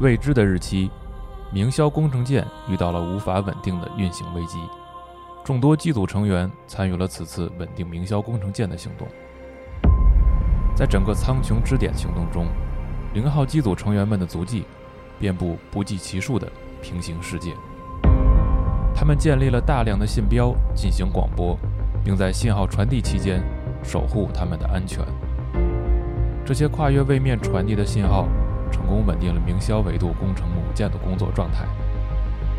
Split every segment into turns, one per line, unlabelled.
未知的日期，明霄工程舰遇到了无法稳定的运行危机。众多机组成员参与了此次稳定明霄工程舰的行动。在整个苍穹支点行动中，零号机组成员们的足迹遍布不计其数的平行世界。他们建立了大量的信标进行广播，并在信号传递期间守护他们的安全。这些跨越位面传递的信号，成功稳定了明霄纬度工程母舰的工作状态，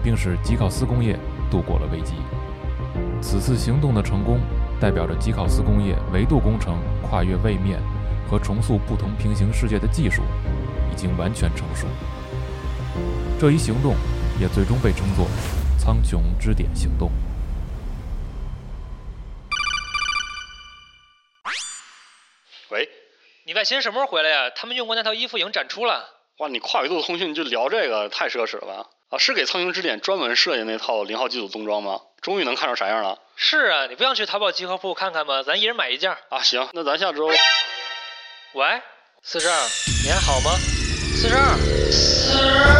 并使吉考斯工业度过了危机。此次行动的成功，代表着吉考斯工业维度工程跨越位面和重塑不同平行世界的技术已经完全成熟。这一行动也最终被称作“苍穹支点行动”。
喂，
你外星人什么时候回来呀？他们用过那套衣服已经展出了。
哇，你跨维度通讯就聊这个，太奢侈了吧？啊，是给苍穹支点专门设计那套零号机组冬装吗？终于能看出啥样了
是啊，你不想去淘宝集合铺看看吗？咱一人买一件。
啊！行，那咱下周
喂，四十二，你还好吗？四十二。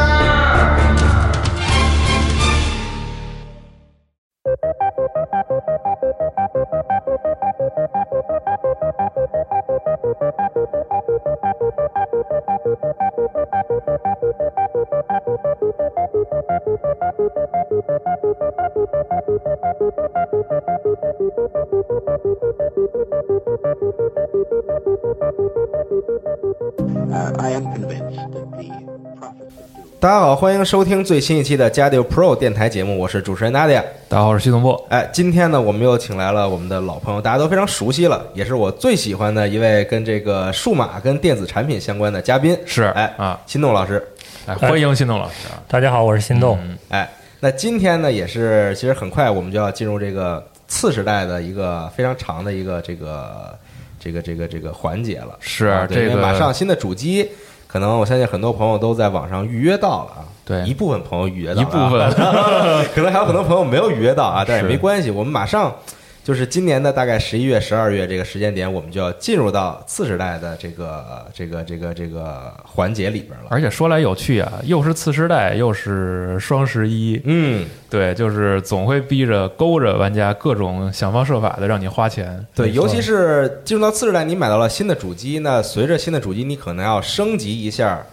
Uh, I am convinced that the prophets of doom.
大家好，欢迎收听最新一期的加迪 Pro 电台节目，我是主持人 Nadia。
大家好，我是系统部。
哎，今天呢，我们又请来了我们的老朋友，大家都非常熟悉了，也是我最喜欢的一位跟这个数码跟电子产品相关的嘉宾，
是
哎
啊，
心动老师。
哎，欢迎新东老师啊！
大家好，我是心动。
哎，那今天呢，也是其实很快我们就要进入这个次时代的一个非常长的一个这个这个这个这个环节了。
是
啊对
这
因
个
为马上新的主机，可能我相信很多朋友都在网上预约到了啊。
对
一部分朋友预约到了
一
啊
部分
可能还有很多朋友没有预约到啊，但也
是
没关系，我们马上就是今年的大概十一月、十二月这个时间点，我们就要进入到次时代的这个这个这个这个环节里边了。
而且说来有趣啊，又是次时代，又是双十一，
嗯，
对，就是总会逼着勾着玩家各种想方设法的让你花钱。
对，
没错
尤其是进入到次时代，你买到了新的主机，那随着新的主机，你可能要升级一下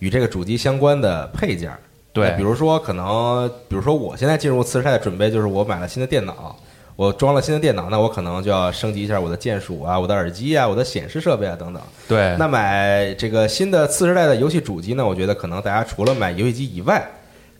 与这个主机相关的配件儿。
对
那比如说可能，比如说我现在进入次时代的准备就是我买了新的电脑，我装了新的电脑，那我可能就要升级一下我的键鼠啊、我的耳机啊、我的显示设备啊等等。
对，
那买这个新的次时代的游戏主机呢，我觉得可能大家除了买游戏机以外，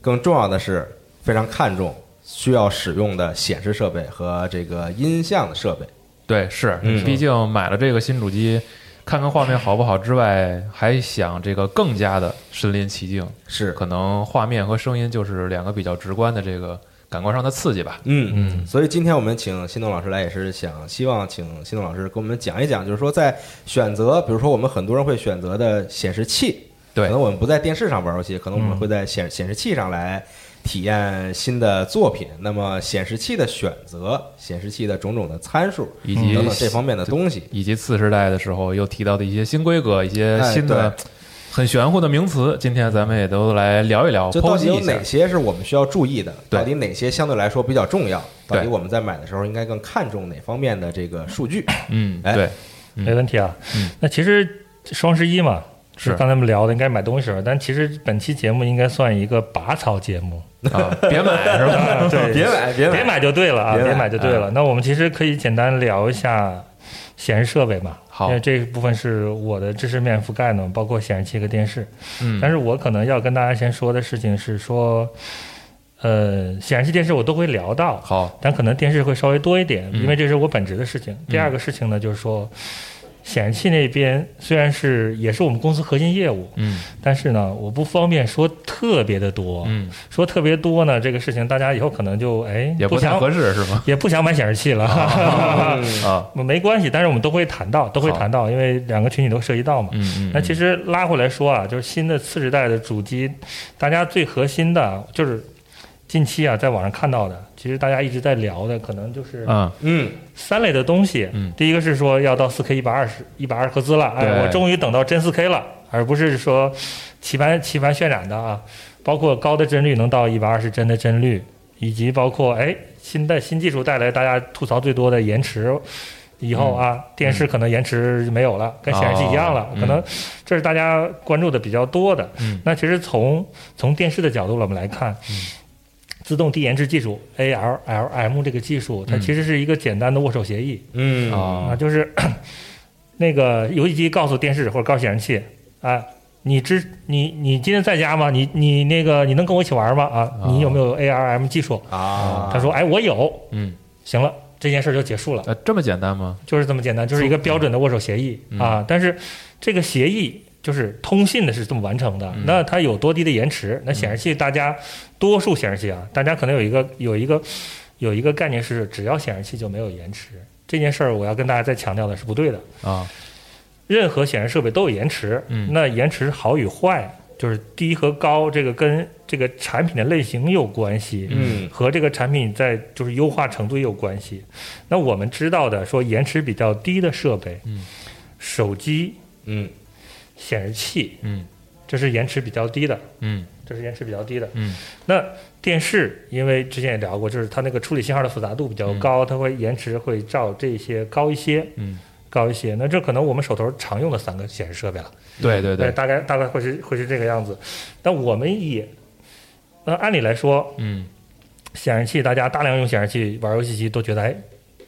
更重要的是非常看重需要使用的显示设备和这个音像的设备。
对，是，
嗯
毕竟买了这个新主机，看看画面好不好之外，还想这个更加的身临其境。
是，
可能画面和声音就是两个比较直观的这个感官上的刺激吧。
嗯
嗯，
所以今天我们请新东老师来，也是想希望请新东老师给我们讲一讲，就是说在选择，比如说我们很多人会选择的显示器，
对
可能我们不在电视上玩游戏，可能我们会在显显示器上来体验新的作品。那么显示器的选择、显示器的种种的参数
以及
嗯等等这方面的东西，
以及次时代的时候又提到的一些新规格，一些
哎
新的很玄乎的名词，今天咱们也都来聊一聊，
就
剖
到底
析
有
一下
哪。些是我们需要注意的？
对
到底哪些相对来说比较重要？到底
对
我们在买的时候应该更看重哪方面的这个数 据？
嗯，
哎
对，嗯
没问题啊。
嗯
那其实双十一嘛，
是
刚才我们聊的，应该买东西了。但其实本期节目应该算一个拔草节目，
啊，别买是吧？
啊、对，
别买，别
别
买，
买就对了啊，
别买
别买就对了。那我们其实可以简单聊一下显示设备嘛，
好
因为这部分是我的知识面覆盖呢，包括显示器和电视。
嗯，
但是我可能要跟大家先说的事情是说，呃，显示器、电视我都会聊到，
好，
但可能电视会稍微多一点，
嗯
因为这是我本职的事情。第二个事情呢，就是说，显示器那边虽然是也是我们公司核心业务，
嗯
但是呢，我不方便说特别的多。
嗯，
说特别多呢，这个事情大家以后可能就哎
也不太
想
合适是吗？
也不想买显示器了。
啊，
没关系，但是我们都会谈到，都会
好
谈到，因为两个群体都涉及到嘛。
嗯嗯，
那其
实
实拉回来说啊，就是新的次时代的主机，大家最核心的就是近期啊，在网上看到的，其实大家一直在聊的，可能就是
啊，
嗯，
三类的东西。
嗯
第一个是说要到四 K 一百二十一百二十赫兹了，
对
哎，我终于等到真四 K 了，而不是说棋盘棋盘渲染的啊，包括高的帧率能到一百二十帧的帧率，以及包括哎新的新技术带来大家吐槽最多的延迟。以后啊，电视可能延迟没有了，跟显示器一样了，
嗯哦
可能这是大家关注的比较多的。
嗯
那其实从从电视的角度我们来看，自动低延迟技术 ALLM 这个技术，它
嗯
其实是一个简单的握手协议，
嗯
啊
啊，，就是那个游戏机告诉电视或者告诉显示器，啊，你支你你今天在家吗？你你那个你能跟我一起玩吗？啊，
哦
你有没有 ARM 技术？
啊，
他说，哎，我有，
嗯，
行了，这件事儿就结束了，
呃，这么简单吗？
就是这么简单，就是一个标准的握手协议
嗯
啊。但是这个协议就是通信的是这么完成的
嗯，
那它有多低的延迟？那显示器大家多数显示器啊，大家可能有一个有一个有一个概念是，只要显示器就没有延迟。这件事儿我要跟大家再强调的是不对的。
啊，
任何显示设备都有延迟，
嗯
那延迟好与坏，就是低和高，这个跟这个产品的类型有关系，
嗯
和这个产品在就是优化程度也有关系。那我们知道的说延迟比较低的设备，
嗯
手机
嗯
显示器，
嗯
这是延迟比较低的，
嗯
这是延迟比较低的。
嗯
那电视，因为之前也聊过，就是它那个处理信号的复杂度比较高，它会延迟会照这些高一些，
嗯，
高一些。那这可能我们手头常用的三个显示设备了。
对对对，
大概大概会是会是这个样子。但我们也，那按理来说，
嗯
显示器大家大量用显示器玩游戏机都觉得哎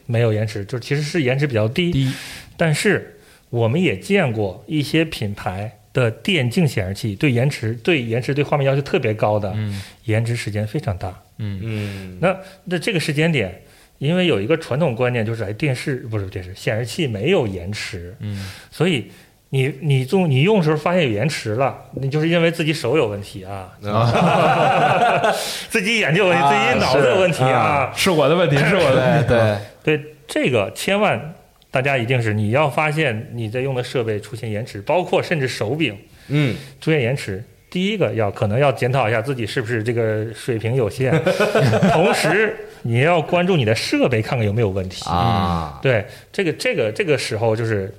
没有延迟，就其实是延迟比较低。
低
但是我们也见过一些品牌的电竞显示器对延迟对延迟对画面要求特别高的，
嗯
延迟时间非常大。
嗯
嗯，
那那这个时间点，因为有一个传统观念，就是哎，电视不是电视，显示器没有延迟，
嗯，
所以你你用你用的时候发现有延迟了，你就是因为自己手有问题啊，
啊，
自己眼睛有问题，
啊
自己脑子有问题
是
啊
啊，
是我的问题，是我的问
对
题，
对，
对这个千万。大家一定是你要发现你在用的设备出现延迟，包括甚至手柄
嗯
出现延迟，第一个要可能要检讨一下自己是不是这个水平 有限，同时你要关注你的设备，看看有没有问题
啊，
对，这个这个这个时候就是，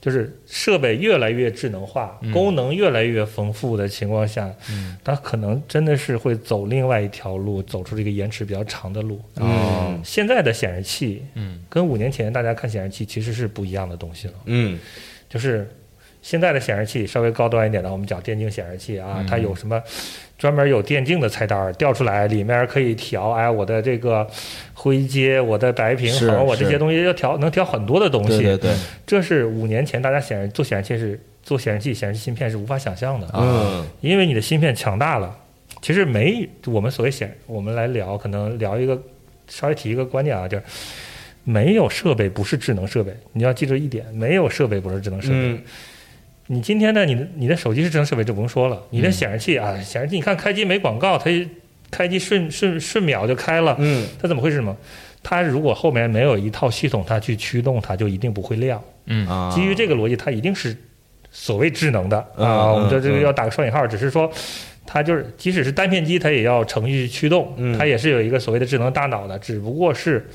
就是设备越来越智能化，
嗯
功能越来越丰富的情况下，
嗯
它可能真的是会走另外一条路，走出这个延迟比较长的路。
哦
嗯
现在的显示器
嗯
跟五年前大家看显示器其实是不一样的东西了，
嗯
就是。现在的显示器稍微高端一点的，我们讲电竞显示器啊，
嗯
它有什么专门有电竞的菜单儿调出来，里面可以调，哎，我的这个灰阶、我的白平
是
衡，我这
是
些东西要调，能调很多的东西。
对对对，
这是五年前大家显示做显示器是做显示器显示器芯片是无法想象的，
嗯
因为你的芯片强大了。其实没我们所谓显，我们来聊，可能聊一个稍微提一个观念啊，就是没有设备不是智能设备，你要记住一点，没有设备不是智能设备。
嗯
你今天的你的你的手机是智能设备，这不用说了，你的
嗯
显示器啊，显示器你看开机没广告，它开机瞬瞬瞬秒就开了，
嗯
它怎么会是什么？它如果后面没有一套系统，它去驱动，它就一定不会亮。
嗯
啊，
基于这个逻辑，它一定是所谓智能的
嗯
啊。我们这这个
嗯
要打个双引号，只是说它就是即使是单片机，它也要程序驱动
嗯，
它也是有一个所谓的智能大脑的，只不过是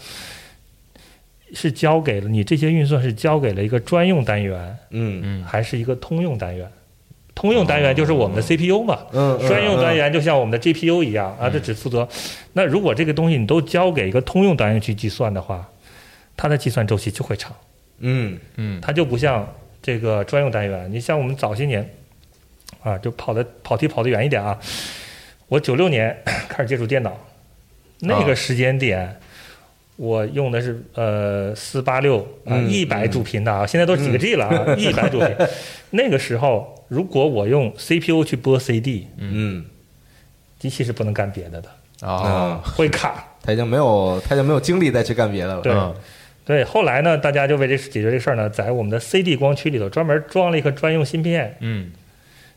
是交给了你这些运算是交给了一个专用单元，
嗯
嗯
还是一个通用单元？通用单元就是我们的 CPU 嘛。
嗯，
专用单元就像我们的 GPU 一样啊，这只负责。那如果这个东西你都交给一个通用单元去计算的话，它的计算周期就会长。
嗯
嗯
它就不像这个专用单元。你像我们早些年啊，就跑的跑题跑得远一点啊，我九六年 开始接触电脑，那
啊
个时间点。我用的是呃四八六啊
嗯
一百主频的啊，现在都几个 G 了啊，一百主频。 那个时候，如果我用 CPU 去播 CD，
嗯
机器是不能干别的的，
啊
啊，
会卡。
他已经没有他已经没有精力再去干别的了，
对
嗯
对，后来呢，大家就为这解决这事儿呢，在我们的 CD 光驱里头专门装了一个专用芯片，
嗯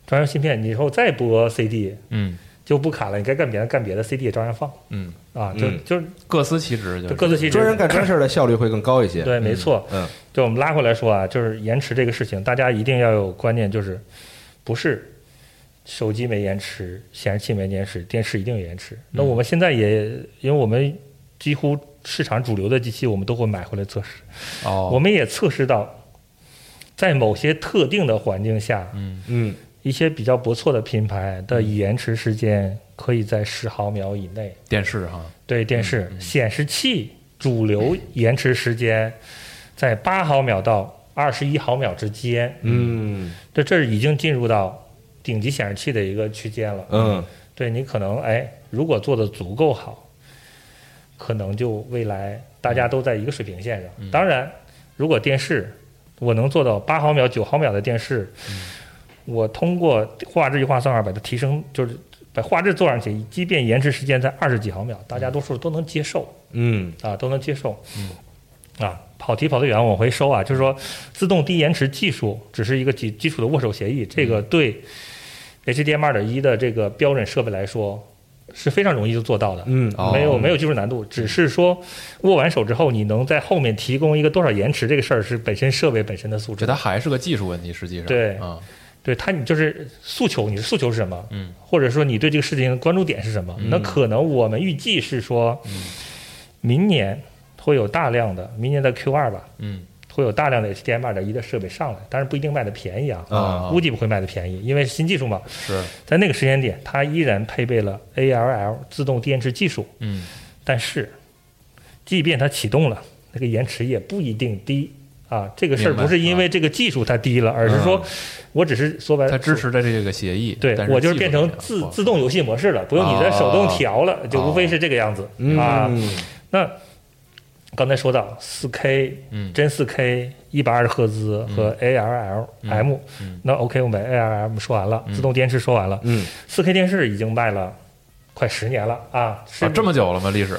专用芯片，你以后再播 CD
嗯
就不卡了，你该干别的干别的，CD 也照样放
嗯，
啊，就、
嗯
就
各司其职就
就是各自其职
专人干专事儿的效率会更高一些，
对，没错。
嗯
就我们拉回来说啊，就是延迟这个事情，大家一定要有观念，就是不是手机没延迟，显示器没延迟，电视一定有延
嗯
迟。那我们现在也，因为我们几乎市场主流的机器，我们都会买回来测试。
哦，
我们也测试到，在某些特定的环境下，
嗯
嗯，
一些比较不错的品牌的延迟时间可以在十毫秒以内。
电视哈，
对电视显示器主流延迟时间在八毫秒到二十一毫秒之间，
嗯
这这已经进入到顶级显示器的一个区间了。
嗯，
对你可能哎，如果做的足够好，可能就未来大家都在一个水平线上。当然，如果电视我能做到八毫秒、九毫秒的电视，我通过画质优化算法把它提升，就是把画质做上去，即便延迟时间在二十几毫秒，大家多数都能接受
嗯
啊，都能接受。啊，跑题跑得远，往回收啊，就是说，自动低延迟技术只是一个基基础的握手协议，这个对 HDM 二点一的这个标准设备来说是非常容易就做到的，
嗯
哦
没有没有技术难度，只是说握完手之后，你能在后面提供一个多少延迟这个事儿是本身设备本身的素质
这，它还是个技术问题，实际上
对
啊，
对它你就是诉求，你的诉求是什么？
嗯，
或者说你对这个事情的关注点是什么？那可能我们预计是说，
嗯
明年会有大量的，明年的 Q 二吧，
嗯
会有大量的 HDMI 二点一的设备上来，当然不一定卖的便宜啊，
啊
估计不会卖的便宜，因为是新技术嘛。
是，
在那个时间点，它依然配备了 ALL 自动电池技术，
嗯
但是，即便它启动了，那个延迟也不一定低啊。这个事儿
明白嗯
不是因为这个技术它低了，而是说，我只是说白了，
它支持的这个协议，
对
但
我就是
技术
变成
上
自
不啊
自动游戏模式了，不用你再手动调了，就无非是这个样子、
嗯
啊。那刚才说到四 K
嗯
真四 K 一百二十赫兹和 ALL M，、
嗯
那 OK，我们 ALL M 说完了，自动电视说完了，
嗯，
四 K 电视已经卖了快十年了啊，是、
啊这么久了吗？历史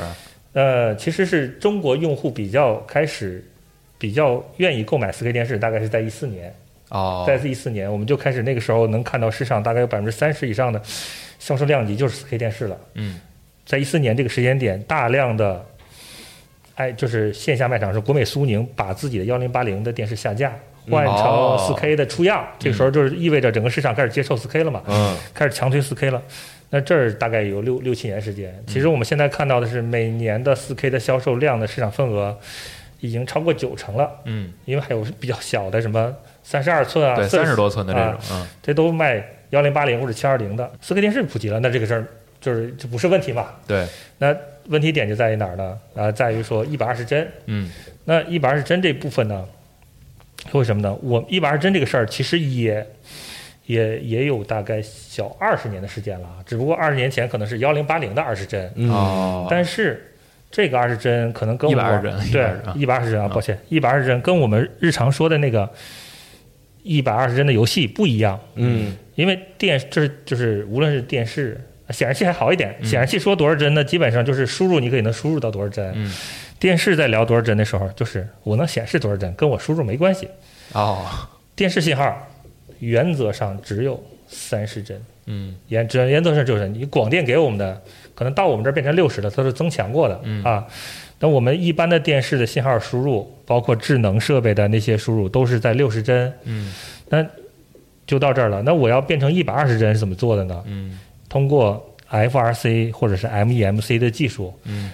呃，其实是中国用户比较开始比较愿意购买四 K 电视，大概是在一四年，
哦，
在一四年我们就开始那个时候能看到市场大概有百分之三十以上的销售量级就是四 K 电视了。
嗯
在一四年这个时间点，大量的，哎，就是线下卖场是国美、苏宁把自己的幺零八零的电视下架，换成
哦
四 K 的出样。这个时候就是意味着整个市场开始接受四 K 了嘛，
嗯
开始强推四 K 了。那这儿大概有六六七年时
嗯
间。其实我们现在看到的是，每年的四 K 的销售量的市场份额已经超过九成了，
嗯，
因为还有比较小的什么三十二寸啊，
对，
40
三十多寸的
啊
这种，
这都卖幺零八零或者七二零的四 K 电视普及了，那这个事儿就是就不是问题嘛。
嗯，对，
那问题点就在于哪儿呢？啊，在于说一百二十帧。
嗯
那一百二十帧这部分呢，为什么呢？我一百二十帧这个事儿其实也也也有大概小二十年的时间了，啊，只不过二十年前可能是幺零八零的二十帧，
嗯
哦，
但是。这个二十帧可能跟我
120帧
对
120啊
一百二十帧啊，抱歉，一百二十帧跟我们日常说的那个一百二十帧的游戏不一样。
嗯
因为电就是就是无论是电视显示器还好一
嗯
点，显示器说多少帧呢？基本上就是输入你可以能输入到多少帧。
嗯
电视在聊多少帧的时候，就是我能显示多少帧，跟我输入没关系。
哦，
电视信号原则上只有三十帧，
嗯
原只原则上就是你广电给我们的，可能到我们这儿变成六十了，它是增强过的、
嗯
啊。那我们一般的电视的信号输入，包括智能设备的那些输入，都是在六十帧。
嗯
那就到这儿了。那我要变成一百二十帧是怎么做的呢？
嗯
通过 FRC 或者是 MEMC 的技术，
嗯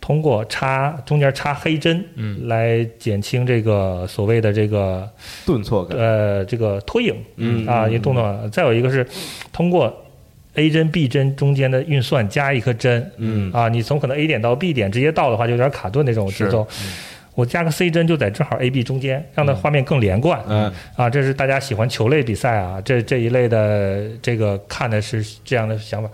通过插中间插黑针，
嗯
来减轻这个所谓的这个
顿挫感，
呃这个拖影，
嗯
啊，一个动作。再有一个是通过 A 针 B 针中间的运算加一颗针，
嗯
啊，你从可能 A 点到 B 点直接到的话，就有点卡顿那种节奏。
嗯
我加个 C 针就在正好 A、B 中间，让它画面更连贯。
嗯
啊，这是大家喜欢球类比赛啊，这这一类的这个看的是这样的想法，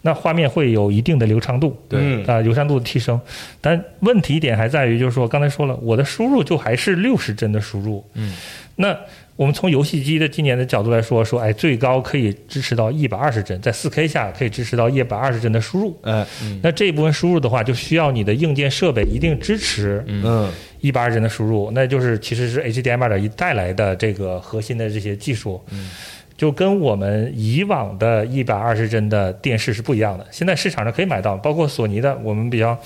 那画面会有一定的流畅度，
嗯
啊、流畅度的提升。但问题点还在于，就是说刚才说了，我的输入就还是六十帧的输入，
嗯，
那我们从游戏机的今年的角度来说，说哎，最高可以支持到一百二十帧，在四 K 下可以支持到一百二十帧的输入。
哎
那这一部分输入的话，就需要你的硬件设备一定支持，嗯，
嗯
一八二帧的输入，那就是其实是 HDMI 的一带来的这个核心的这些技术，
嗯
就跟我们以往的一百二十帧的电视是不一样的。现在市场上可以买到，包括索尼的，我们比较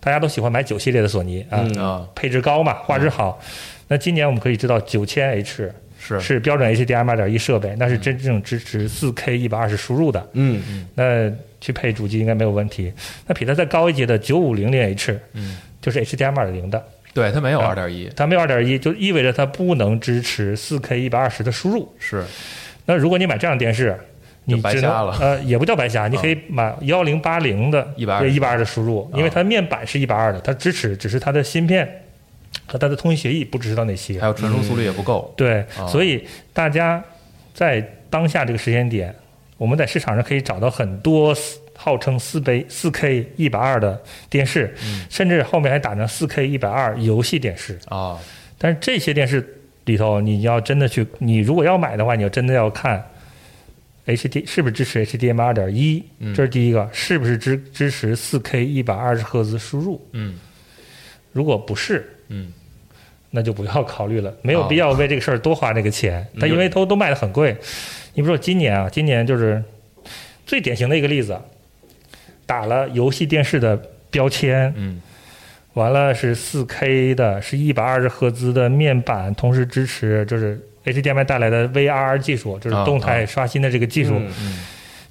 大家都喜欢买九系列的索尼啊，
嗯
啊
配置高嘛，画质好。那今年我们可以知道九千 H
是
嗯是标准 HDMI 二点一设备，那是真正支持 4K 一百二十输入的，
嗯嗯
那去配主机应该没有问题。那比它再高一级的九五零零 H，
嗯，
就是 HDMI 二点零的，
对，它没有
啊
二点一，
它没有二点一，就意味着它不能支持 4K 一百二十的输入。
是
那如果你买这样的电视，
就
你
白
只
瞎
能
了嗯
呃，也不叫白瞎，你可以买幺零八零的
120
一百二的输入，因
嗯
为它面板是一百二的，它支持，只是它的芯片和它的通信协议不支持到那些
还。有传输速率也不够，
对
啊，
所以大家在当下这个时间点，我们在市场上可以找到很多四号称四倍四 K 一百二的电视，
嗯
甚至后面还打上四 K 一百二游戏电视。
啊，
但是这些电视里头，你要真的去，你如果要买的话，你要真的要看 HD 是不是支持 HDMI 二点一，
嗯
这是第一个，是不是支支持四 K 一百二十赫兹输入？
嗯
如果不是，
嗯，
那就不要考虑了，没有
啊嗯
必要为这个事儿多花这个钱。但因为都都卖的很贵，你比如说今年啊，今年就是最典型的一个例子，打了游戏电视的标签，
嗯，
完了是四 K 的，是一百二十赫兹的面板，同时支持就是 HDMI 带来的 VRR 技术，就是
啊
动态
啊
刷新的这个技术，
嗯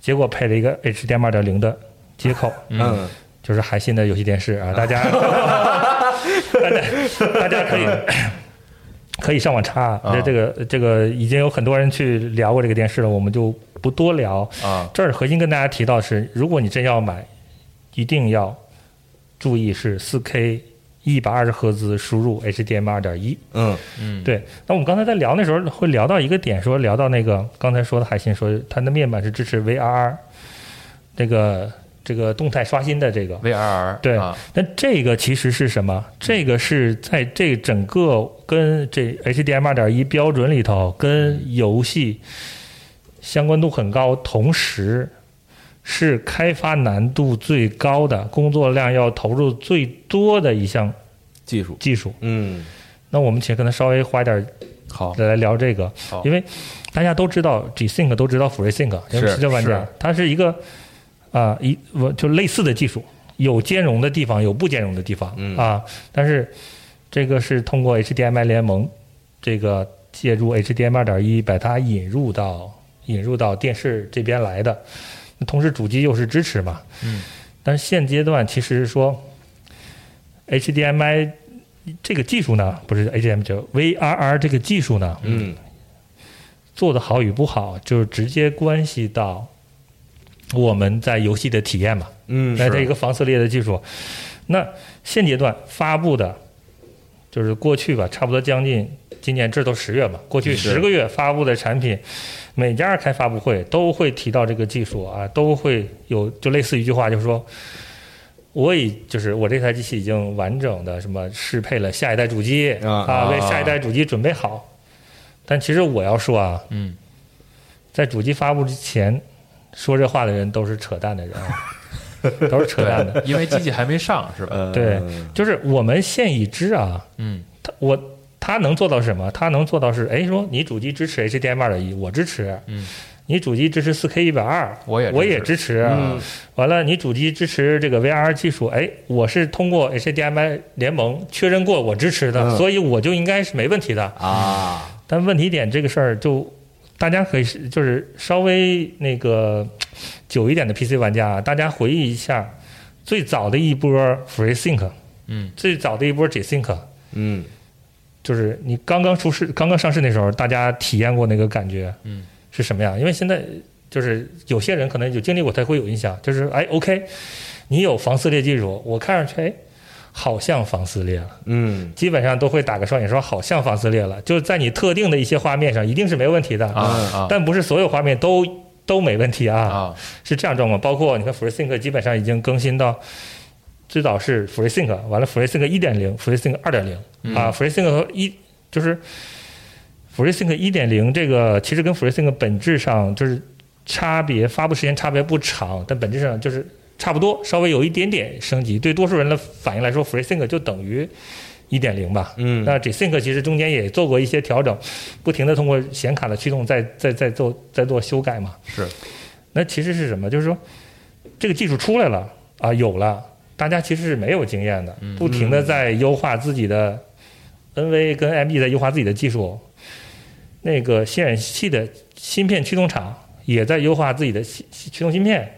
结果配了一个 HDMI 二点零的接 口，
嗯
嗯
就是韩信的游戏电视 啊，大家 大家大家可以 可以上网查啊，
嗯啊
这这个这个已经有很多人去聊过这个电视了，我们就不多聊。
啊，
这儿核心跟大家提到是，如果你真要买，一定要注意是四 K 一百二十赫兹输入 HDMI 二点一。
嗯
嗯，
对，那我们刚才在聊那时候会聊到一个点，说聊到那个刚才说的海信说它的面板是支持 VRR 这个这个动态刷新的这个
VRR
对
啊，
那这个其实是什么？这个是在这整个跟这 HDMI 二点一标准里头，跟游戏相关度很高，同时是开发难度最高的、工作量要投入最多的一项
技术
技术。
嗯
那我们且可能稍微花一点
好，
来聊这个
好，
因为大家都知道 G-Sync 都知道 FreeSync，因为
是
这玩家
是
它是一个啊、一我就类似的技术，有兼容的地方，有不兼容的地方、
嗯
啊。但是这个是通过 HDMI 联盟这个借助 HDMI 二点一把它引入到引入到电视这边来的，那同时主机又是支持嘛，
嗯，
但是现阶段其实是说 HDMI。这个技术呢，不是 HDMI，就 VRR 这个技术呢，
嗯
做的好与不好，就是直接关系到我们在游戏的体验嘛。
嗯，
来，它
是
一个防撕裂的技术。那现阶段发布的，就是过去吧，差不多将近今年这都十月嘛，过去
是
十个月发布的产品，每家开发布会都会提到这个技术啊，都会有就类似一句话，就是说。我已就是我这台机器已经完整的什么适配了下一代主机
啊
啊，为
啊
下一代主机准备好。但其实我要说啊，
嗯，
在主机发布之前说这话的人都是扯淡的人 啊，都是扯淡的。
对，因为机器还没上是吧？
呃
对就是我们现已知啊，
嗯
它我它能做到什么？它能做到是，哎，说你主机支持 HDMI 二点一，我支持，
嗯，
你主机支持 4K 一百二，
我也
我也
支
支持，啊
嗯
完了你主机支持这个 VR 技术，哎，我是通过 HDMI 联盟确认过我支持的，
嗯
所以我就应该是没问题的。
啊
但问题点这个事儿就。大家可以是就是稍微那个久一点的 PC 玩家啊，大家回忆一下最早的一波 FreeSync，
嗯
最早的一波 G-Sync，
嗯
就是你刚刚出世、刚刚上市那时候，大家体验过那个感觉，
嗯，
是什么样？因为现在就是有些人可能有经历过才会有印象，就是哎，OK，你有防撕裂技术，我看上去哎，好像防撕裂了，
嗯
基本上都会打个双眼说好像防撕裂了，就是在你特定的一些画面上一定是没问题的，
啊啊
嗯但不是所有画面都都没问题
啊
是这样状况。包括你看 FreeSync 基本上已经更新到最早是 FreeSync，完了 FreeSync 一点零、FreeSync 二点
嗯
零啊，FreeSync 和一就是 FreeSync 一点零这个其实跟 FreeSync 本质上就是差别，发布时间差别不长，但本质上就是差不多，稍微有一点点升级。对多数人的反应来说，FreeSync 就等于一点零吧，
嗯
那 G-Sync 其实中间也做过一些调整，不停的通过显卡的驱动在在在做在做修改嘛。
是。
那其实是什么？就是说，这个技术出来了啊，有了，大家其实是没有经验的，不停的在优化自己的 NV 跟 ME 在优化自己的技术。那个显示器的芯片驱动厂也在优化自己的驱驱动芯片，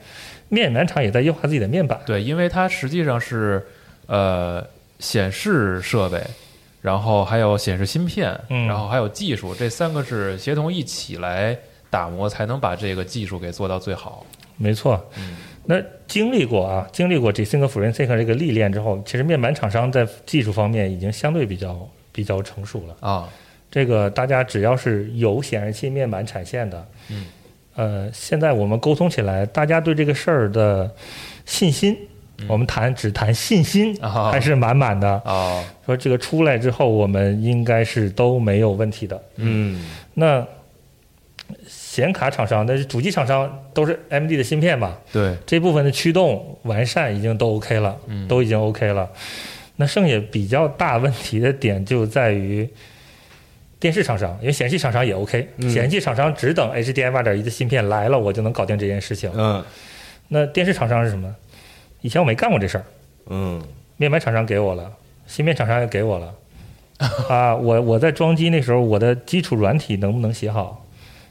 面板厂也在优化自己的面板。
对，因为它实际上是呃显示设备，然后还有显示芯片，
嗯
然后还有技术，这三个是协同一起来打磨，才能把这个技术给做到最好。
没错，
嗯
那经历过啊，经历过 Jsinc 辅 n s i n 这个历练之后，其实面板厂商在技术方面已经相对比较比较成熟了。
啊，
这个大家只要是有显示器面板产线的，
嗯，
呃，现在我们沟通起来，大家对这个事儿的信心，我们谈只谈信心
嗯啊
还是满满的。
哦，
说这个出来之后，我们应该是都没有问题的。
嗯，
那显卡厂商，那是主机厂商都是 AMD 的芯片嘛，
对，
这部分的驱动完善已经都 OK 了，
嗯
都已经 OK 了。那剩下比较大问题的点就在于电视厂商，因为显示器厂商也 OK，、
嗯
显示器厂商只等 HDMI 2.1的芯片来了，我就能搞定这件事情。
嗯
那电视厂商是什么？以前我没干过这事儿，
嗯
面板厂商给我了，芯片厂商也给 我了。啊，我我在装机那时候，我的基础软体能不能写好，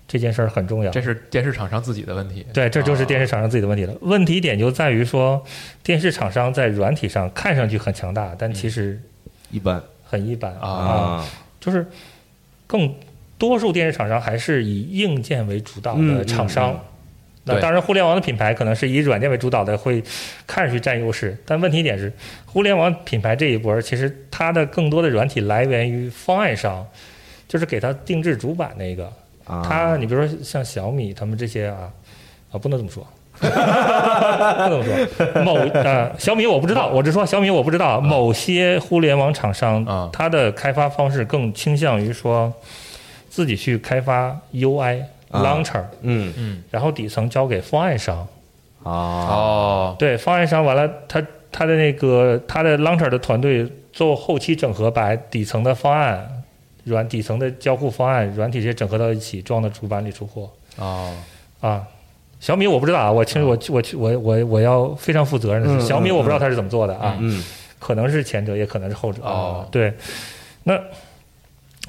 这件事儿很重要。
这是电视厂商自己的问题。
嗯对，这就是电
视
视厂商自己的问题了。问题点就在于说，电视厂商在软体上看上去很强大，但其实
一般
很一般
啊
嗯啊，
就是更多数电视厂商还是以硬件为主导的
嗯
厂商。
嗯嗯
那
对
当然，互联网的品牌可能是以软件为主导的，会看上去占优势。但问题点是，互联网品牌这一波，其实它的更多的软体来源于方案商，就是给它定制主板那个。
啊
它，你比如说像小米他们这些啊，啊，不能这么说， 不能这么说。某呃，小米我不知
啊
道，我只说小米我不知道。某些互联网厂
啊
商，它的开发方式更倾向于说自己去开发 UI
啊
launcher，
嗯
嗯，
然后底层交给方案商。
啊，
哦，
对，方案商完了，他他的那个他的 launcher 的团队做后期整合，把底层的方案、软底层的交互方案、软体这些整合到一起，装到主板里出货。
哦，
啊，小米我不知道啊，我其实我我我我我要非常负责任的
嗯
是，小米我不知道它是怎么做的啊，
嗯
可能是前者，也可能是后者。啊
哦
对，那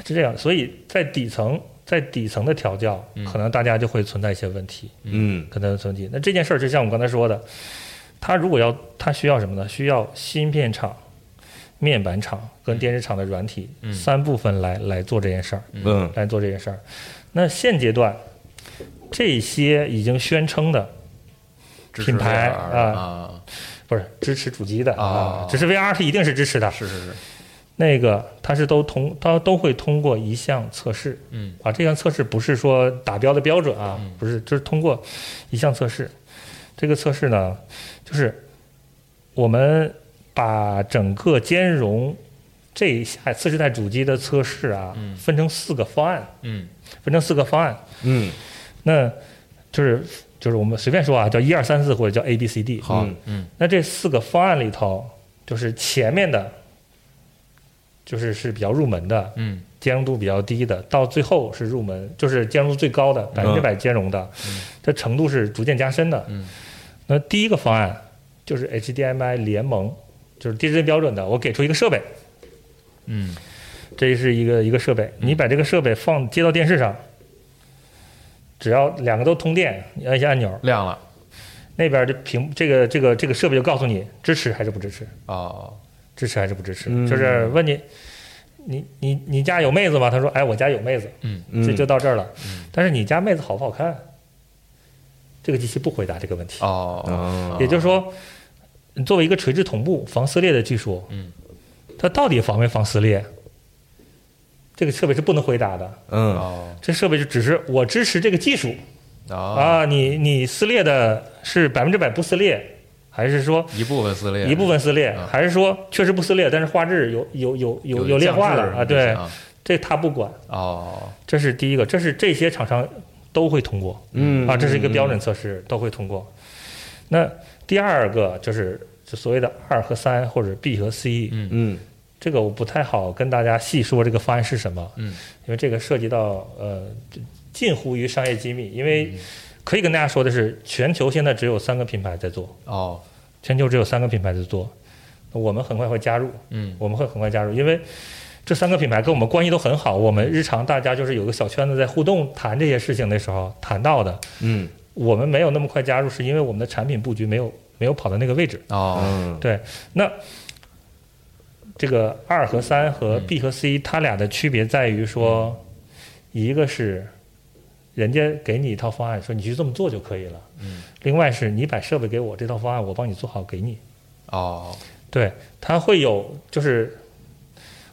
是这样，所以在底层，在底层的调教
嗯，
可能大家就会存在一些问题，
嗯
可能存在问题。那这件事儿，就像我刚才说的，它如果要它需要什么呢？需要芯片厂、面板厂跟电视厂的软体、
嗯
三部分来来做这件事儿。
嗯
来做这件事儿。那现阶段，这些已经宣称的
支持
品牌
VR 啊，
不是支持主机的
啊
只是 VR 是一定是支持的。
是是是，
那个它是都通，它都会通过一项测试
嗯
啊，这项测试不是说达标的标准啊
嗯，
不是，就是通过一项测试。这个测试呢，就是我们把整个兼容这一下次世代主机的测试啊
嗯，
分成四个方案，
嗯
分成四个方案。
嗯，
那就是就是我们随便说啊，叫一二三四或者叫 A B C D。
好
嗯，
嗯
那这四个方案里头，就是前面的，就是是比较入门的，
嗯
兼容度比较低的，到最后是入门，就是兼容度最高
嗯
的，百分之百兼容的，这程度是逐渐加深的。
嗯
那第一个方案就是 HDMI 联盟，就是低帧标准的，我给出一个设备，
嗯
这是一个一个设备，你把这个设备放接到电视上，只要两个都通电，你按一下按钮，
亮了，
那边的屏这个这个这个设备就告诉你支持还是不支持，
哦，
支持还是不支持，
嗯
就是问你，你你你家有妹子吗？他说，哎，我家有妹子，
嗯
嗯
这就到这儿了。
嗯
但是你家妹子好不好看？这个机器不回答这个问题。
哦，
哦
也就是说，你作为一个垂直同步防撕裂的技术，
嗯，
它到底防没防撕裂？这个设备是不能回答的，
嗯
哦
这设备就只是我支持这个技术
哦，
啊，你你撕裂的是百分之百不撕裂，还是说
一部分撕裂，
一部分撕裂
啊，
还是说确实不撕裂，但是画质有有有有有裂化了啊？对，这他不管，
哦，
这是第一个，这是这些厂商都会通过
嗯
啊，这是一个标准测试，都会通过。那第二个就是就所谓的二和三或者 B 和 C，
嗯
嗯
这个我不太好跟大家细说这个方案是什么，
嗯
因为这个涉及到呃这近乎于商业机密，因为可以跟大家说的是，全球现在只有三个品牌在做，
哦，
全球只有三个品牌在做，我们很快会加入。
嗯
我们会很快加入，因为这三个品牌跟我们关系都很好，我们日常大家就是有个小圈子在互动谈这些事情的时候谈到的。
嗯
我们没有那么快加入，是因为我们的产品布局没有没有跑到那个位置。
哦，
嗯
对，那这个二和三和 B 和 C，它俩的区别在于说，一个是人家给你一套方案，说你去这么做就可以了，
嗯，
另外是你把设备给我，这套方案我帮你做好给你，
哦，
对，它会有就是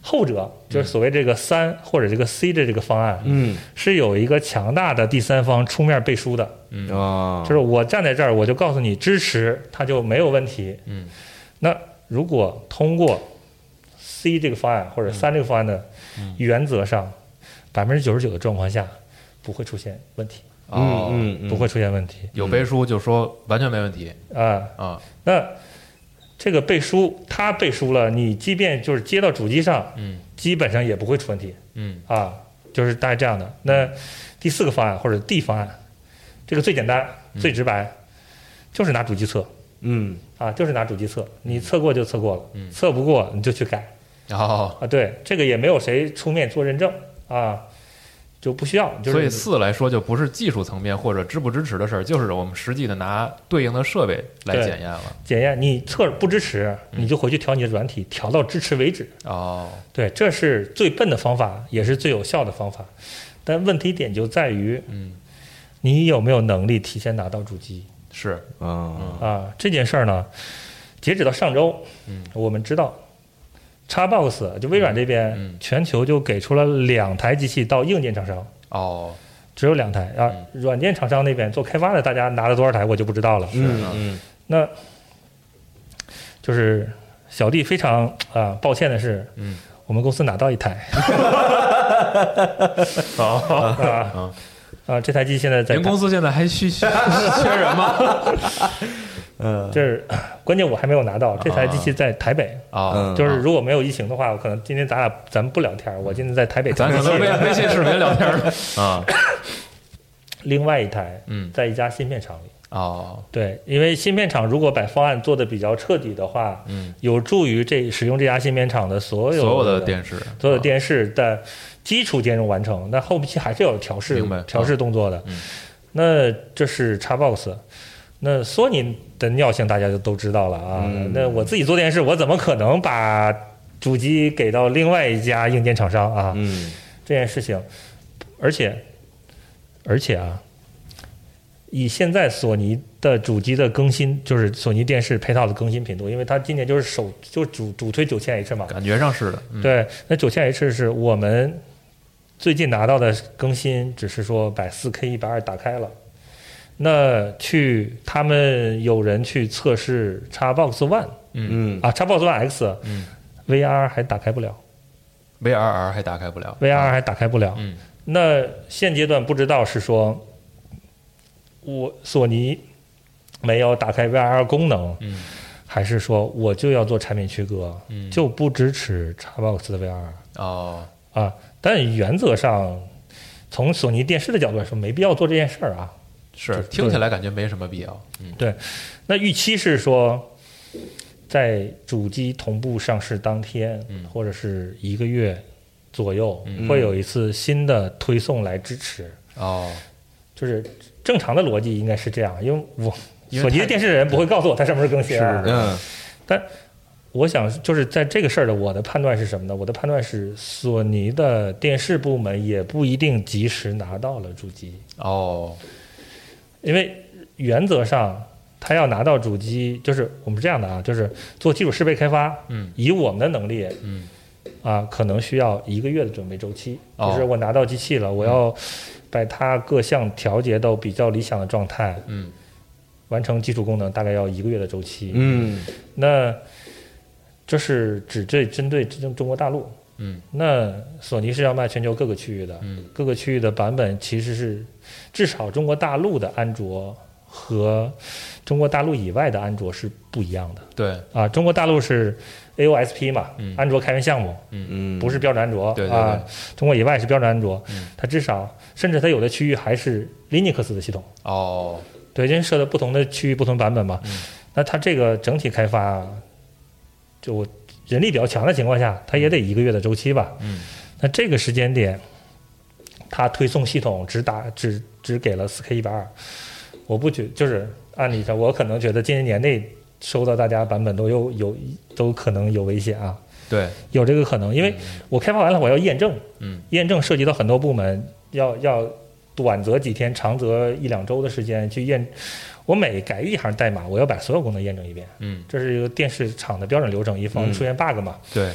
后者，就是所谓这个三或者这个 C 的这个方案，
嗯
是有一个强大的第三方出面背书的，
嗯
啊，
就是我站在这儿，我就告诉你支持，它就没有问题。
嗯，
那如果通过 C 这个方案或
嗯
者三这个方案的原则上，百分之九十九的状况下不会出现问题，
哦，
嗯嗯
不会出现问题
有背书就说完全没问题
啊。
啊，
那这个背书，它背书了，你即便就是接到主机上，
嗯
基本上也不会出问题
嗯
啊，就是大概这样的。那第四个方案或者 D 方案，这个最简单、
嗯
最直白，就是拿主机测。
嗯
啊，就是拿主机测，你测过就测过了，
嗯
测不过你就去改
哦，
啊。对，这个也没有谁出面做认证啊，就不需要。就是、
所以四来说就不是技术层面或者支不支持的事儿，就是我们实际的拿对应的设备来
对
检验了。
检验你测不支持，
嗯
你就回去调你的软体，调到支持为止。
哦，
对，这是最笨的方法，也是最有效的方法。但问题点就在于
嗯，
你有没有能力提前拿到主机
是，
啊
啊？这件事儿呢，截止到上周，
嗯
我们知道，Xbox 就微软这边，
嗯嗯
全球就给出了两台机器到硬件厂商。
哦，
只有两台啊。
嗯
软件厂商那边做开发的，大家拿了多少台我就不知道了。
嗯嗯
那就是小弟非常啊、抱歉的是，
嗯，
我们公司拿到 一台
哦，
啊啊，这台机现在在
您公司现在还需 需缺人吗？
嗯
这是关键我还没有拿到，这台
啊
机器在台北。
哦，
嗯
就是如果没有疫情的话，我可能今天咱俩咱们不聊
嗯
天，我今天在台北
咱
看
可能
戏
微微信视频聊天儿啊，
另外一台
嗯，
在一家芯片厂里。
哦，
对，因为芯片厂如果把方案做得比较彻底的话，
嗯，
有助于这使用这家芯片厂的所有
所有的电视，
所有电视的基础兼容完成，那后期还是要有调试
明白
调试动作的。
嗯
那这是 Xbox，那索尼的尿性大家就都知道了啊。
嗯
那我自己做电视，我怎么可能把主机给到另外一家硬件厂商啊？
嗯
这件事情，而且而且啊，以现在索尼的主机的更新，就是索尼电视配套的更新频度，因为它今年就是首就主主推九千 H 嘛
啊，感觉上是的，嗯，
对，那九千 H 是我们最近拿到的更新，只是说把四 K 一百二打开了。那去他们有人去测试 Xbox One
嗯
嗯
啊，Xbox One X
嗯
VR 还打开不了
，VRR 还打开不了
，VR 还打开不了。
嗯
那现阶段不知道是说，我索尼没有打开 VR 功能，
嗯
还是说我就要做产品区隔，
嗯，
就不支持 Xbox 的 VR。
哦，
啊，但原则上，从索尼电视的角度来说，没必要做这件事儿啊。
是
对
听起来感觉没什么必要，嗯
那预期是说，在主机同步上市当天，
嗯
或者是一个月左右，
嗯
会有一次新的推送来支持。
哦，
就是正常的逻辑应该是这样，因为我
因为
索尼的
太
电视的人不会告诉我它什么时候更新啊。
嗯
我想就是在这个事儿的我的判断是什么呢？我的判断是，索尼的电视部门也不一定及时拿到了主机。
哦，
因为原则上他要拿到主机，就是我们这样的啊，就是做基础设备开发，
嗯
以我们的能力
嗯
啊，可能需要一个月的准备周期。
哦
就是我拿到机器了，我要把它各项调节到比较理想的状态，
嗯
完成基础功能，大概要一个月的周期。
嗯
那这是只对针对中中国大陆。
嗯
那索尼是要卖全球各个区域的，
嗯
各个区域的版本其实是至少中国大陆的安卓和中国大陆以外的安卓是不一样的
对，
啊。中国大陆是 AOSP 嘛，
嗯
安卓开源项目，
嗯，
不是标准安卓、
对对
啊。中国以外是标准安卓，
嗯
它至少甚至它有的区域还是 Linux 的系统，
哦，
对，因为设的不同的区域不同版本嘛。
嗯
那它这个整体开发，就我人力比较强的情况下，它也得一个月的周期吧。
嗯，
那这个时间点，它推送系统只打只只给了四 K 一百二，我不觉就是按理上，我可能觉得今年年内收到大家版本都有有都可能有危险啊。
对，
有这个可能，因为我开发完了，我要验证，
嗯，
验证涉及到很多部门，要要短则几天，长则一两周的时间去验。我每改一行代码，我要把所有功能验证一遍，
嗯，
这是一个电视厂的标准流程，以防
嗯
出现 bug 嘛。
对，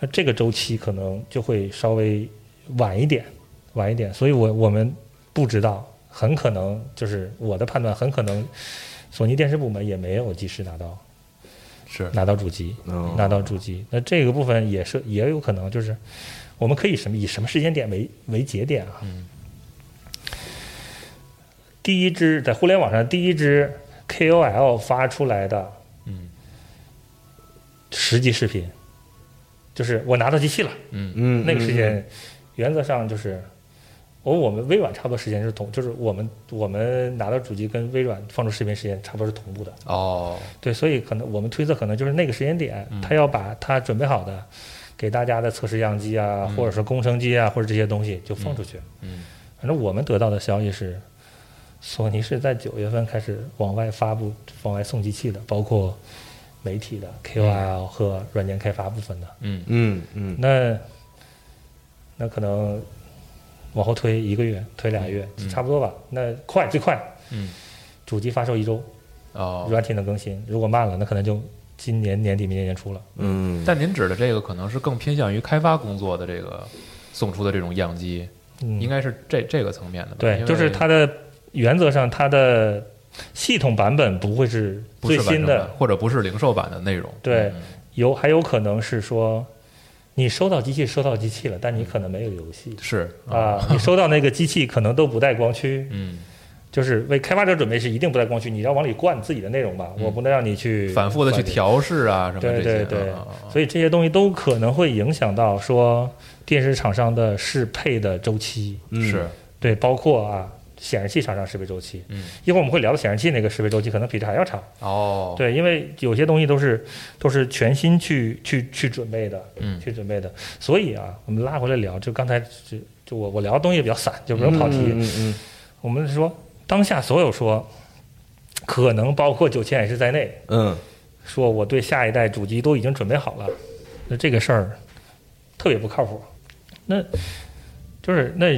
那这个周期可能就会稍微晚一点，晚一点，所以我我们不知道，很可能就是我的判断，很可能索尼电视部门也没有及时拿到
是
拿到主机，
嗯
拿到主机。那这个部分也是也有可能，就是我们可以什么以什么时间点为为节点啊？
嗯
第一支在互联网上第一支 KOL 发出来的，
嗯，
十级视频，就是我拿到机器了，
嗯，
那个时
嗯，
间原则上就是。我我们微软差不多时间是同，就是我们我们拿到主机跟微软放出视频时间差不多是同步的。
哦，
对，所以可能我们推测，可能就是那个时间点，
嗯
他要把他准备好的给大家的测试样机啊，或者是工程机啊，或者这些东西就放出去。
嗯，
反正我们得到的消息是，索尼是在九月份开始往外发布、往外送机器的，包括媒体的 KOL 和软件开发部分的。
嗯
嗯嗯
那那可能往后推一个月，推俩月，
嗯
差不多吧。那快最快，
嗯，
主机发售一周，
哦。
软体的更新，如果慢了，那可能就今年年底、明年年初了。
嗯，
但您指的这个可能是更偏向于开发工作的这个送出的这种样机，
嗯，
应该是这这个层面的吧？因
对，
为
就是它的原则上，它的系统版本不会是
不是
最
完整
新的
版，或者不是零售版的内容。
对
嗯，
有还有可能是说，你收到机器收到机器了，但你可能没有游戏。
嗯是，哦
啊，你收到那个机器可能都不带光驱，
嗯，
就是为开发者准备是一定不带光驱，你要往里灌自己的内容吧，
嗯
我不能让你去
反复的去
灌这个
调试啊什么这
对
些。
对对
啊啊，啊
所以这些东西都可能会影响到说电视厂商的适配的周期，
嗯
是，
对，包括啊显示器厂商适配周期。
嗯，
一会儿我们会聊到显示器那个适配周期可能比这还要长。
哦，，
对，因为有些东西都是都是全新去去去准备的，
嗯
去准备的。所以啊，我们拉回来聊，就刚才就就我我聊的东西比较散，就不用跑题。
嗯嗯
我们说当下所有说，可能包括九千也是在内，
嗯
说我对下一代主机都已经准备好了，那这个事儿特别不靠谱。那就是那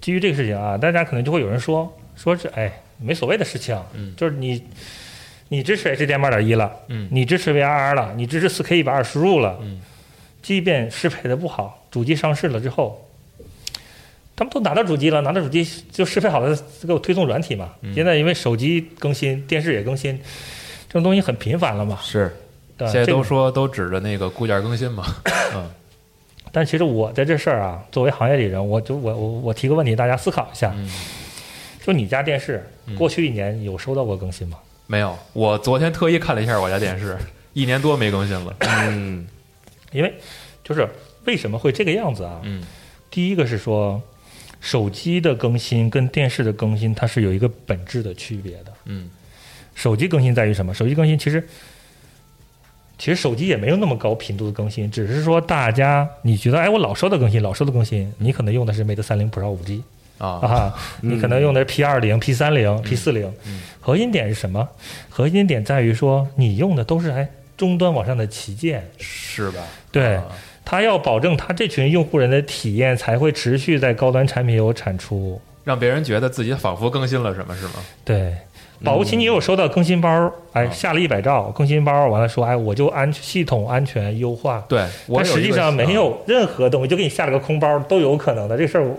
基于这个事情啊，大家可能就会有人说说这哎没所谓的事情，
嗯
就是你你支持 HDMI 二点一了，
嗯
你支持 VRR 了，你支持 4K 一百二输入了，
嗯
即便适配的不好，主机上市了之后。他们都拿到主机了，拿到主机就适配好了，给我推送软体嘛。
嗯
现在因为手机更新，电视也更新，这种东西很频繁了嘛。
是，
对吧
现在
这
都
个
说都指着那个固件更新嘛，嗯
但其实我在这事儿啊，作为行业里人，我就我我我提个问题，大家思考一下：
嗯，
就你家电视
嗯
过去一年有收到过更新吗？
没有，我昨天特意看了一下我家电视，一年多没更新了，
嗯
因为就是为什么会这个样子啊？
嗯
第一个是说，手机的更新跟电视的更新它是有一个本质的区别的。
嗯
手机更新在于什么？手机更新其实其实手机也没有那么高频度的更新，只是说大家你觉得哎，我老收到更新，老收到更新，你可能用的是 Mate 三零 Pro 五 G。
啊，
啊，你可能用的是 P 二零、P 三零、P 四零
嗯，
核心点是什么？核心点在于说，你用的都是哎终端往上的旗舰，
是吧？
对
啊
它要保证它这群用户人的体验才会持续在高端产品有产出。
让别人觉得自己仿佛更新了什么，是吗？
对，保不齐你有收到更新包，哎，
嗯啊
下了一百兆更新包，完了说哎我就安系统安全优化。
对，我
它
有
实
一
际
个啊
上没有任何东西，就给你下了个空包都有可能的。这事儿我，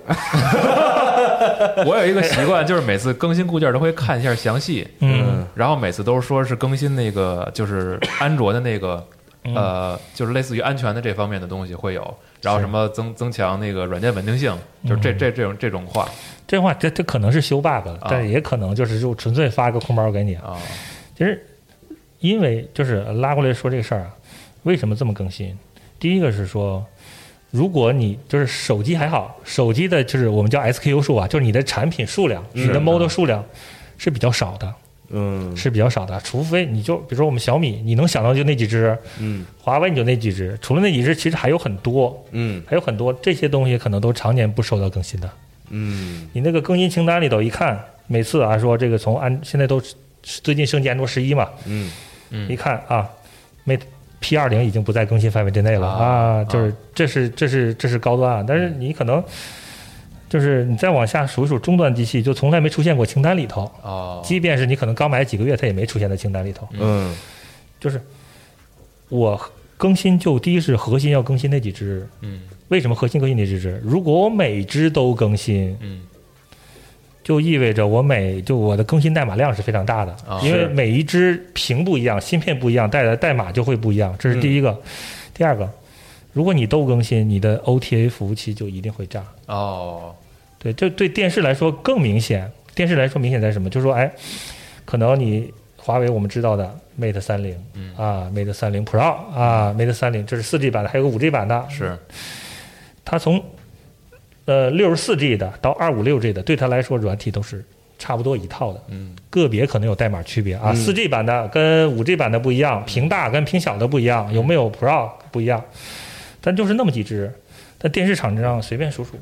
我有一个习惯，就是每次更新固件都会看一下详细，
嗯
然后每次都说是更新那个就是安卓的那个。
嗯
呃，就是类似于安全的这方面的东西会有，然后
是
什么增增强那个软件稳定性，就是
嗯
这这这种这种话
这话这这可能是修 bug
啊
了，但是也可能就是就纯粹发个空包给你啊。
啊，
其实，因为就是拉过来说这个事儿啊，为什么这么更新？第一个是说，如果你就是手机还好，手机的就是我们叫 SKU 数啊，就是你的产品数量、
嗯
你的 model 数量是比较少的。
嗯
是比较少的，除非你就比如说我们小米，你能想到就那几只，
嗯
华为你就那几只，除了那几只，其实还有很多，
嗯
还有很多这些东西可能都常年不受到更新的。
嗯
你那个更新清单里头一看，每次啊说这个从安现在都是最近升级安卓十一嘛，
嗯
一看啊，Mate P 二零已经不在更新范围之内了
啊嗯
啊，就
啊
是这是这是这是高端啊，但是你可能就是你再往下数一数中端机器，就从来没出现过清单里头，
哦，
即便是你可能刚买几个月，它也没出现在清单里头。
嗯
就是我更新就第一是核心要更新那几只，
嗯
为什么核心更新那几只？如果我每只都更新，
嗯
就意味着我每就我的更新代码量是非常大的，
啊
因为
是
每一只屏不一样，芯片不一样，带的代码就会不一样，这是第一
嗯
个。第二个，如果你都更新，你的 OTA 服务器就一定会炸。
哦，
对，这对电视来说更明显。电视来说明显在什么？就是说，哎，可能你华为我们知道的 Mate 三零、
嗯
啊，Mate 三零 Pro 啊，Mate 三零，这是四 G 版的，还有个五 G 版的，
是
它从呃六十四 G 的到二五六 G 的，对它来说软体都是差不多一套的，
嗯
个别可能有代码区别啊。
嗯
四 G 版的跟五 G 版的不一样，屏大跟屏小的不一样，有没有 Pro 不一样，但就是那么几只。但电视厂商随便数数，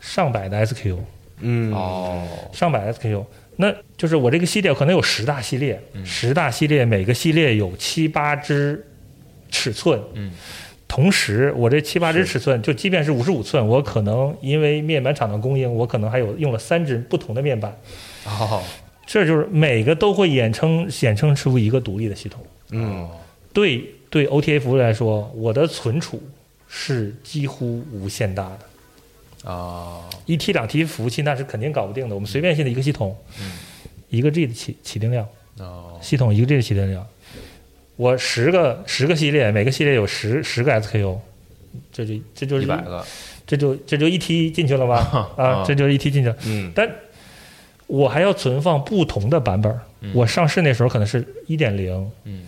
上百的 SKU，
嗯
哦，
上百 SKU，那就是我这个系列可能有十大系列，十大系列每个系列有七八只尺寸，
嗯
同时我这七八只尺寸，就即便是五十五寸，我可能因为面板厂的供应，我可能还有用了三只不同的面板，
哦
这就是每个都会衍生衍生出一个独立的系统。
嗯
对对 OTA 服务来说，我的存储是几乎无限大的。
哦，
一 T 两 T 服务器那是肯定搞不定的，我们随便现在一个系统，
嗯
一个 G 的起起定量，
哦
系统一个 G 的起定量，我十个十个系列，每个系列有十十个 SKU，这就这就是
一百个，
这就这就一 T 进去了吧？
啊
啊，这就一 T 进去了，
嗯
但我还要存放不同的版本儿。
嗯
我上市那时候可能是一点零，
嗯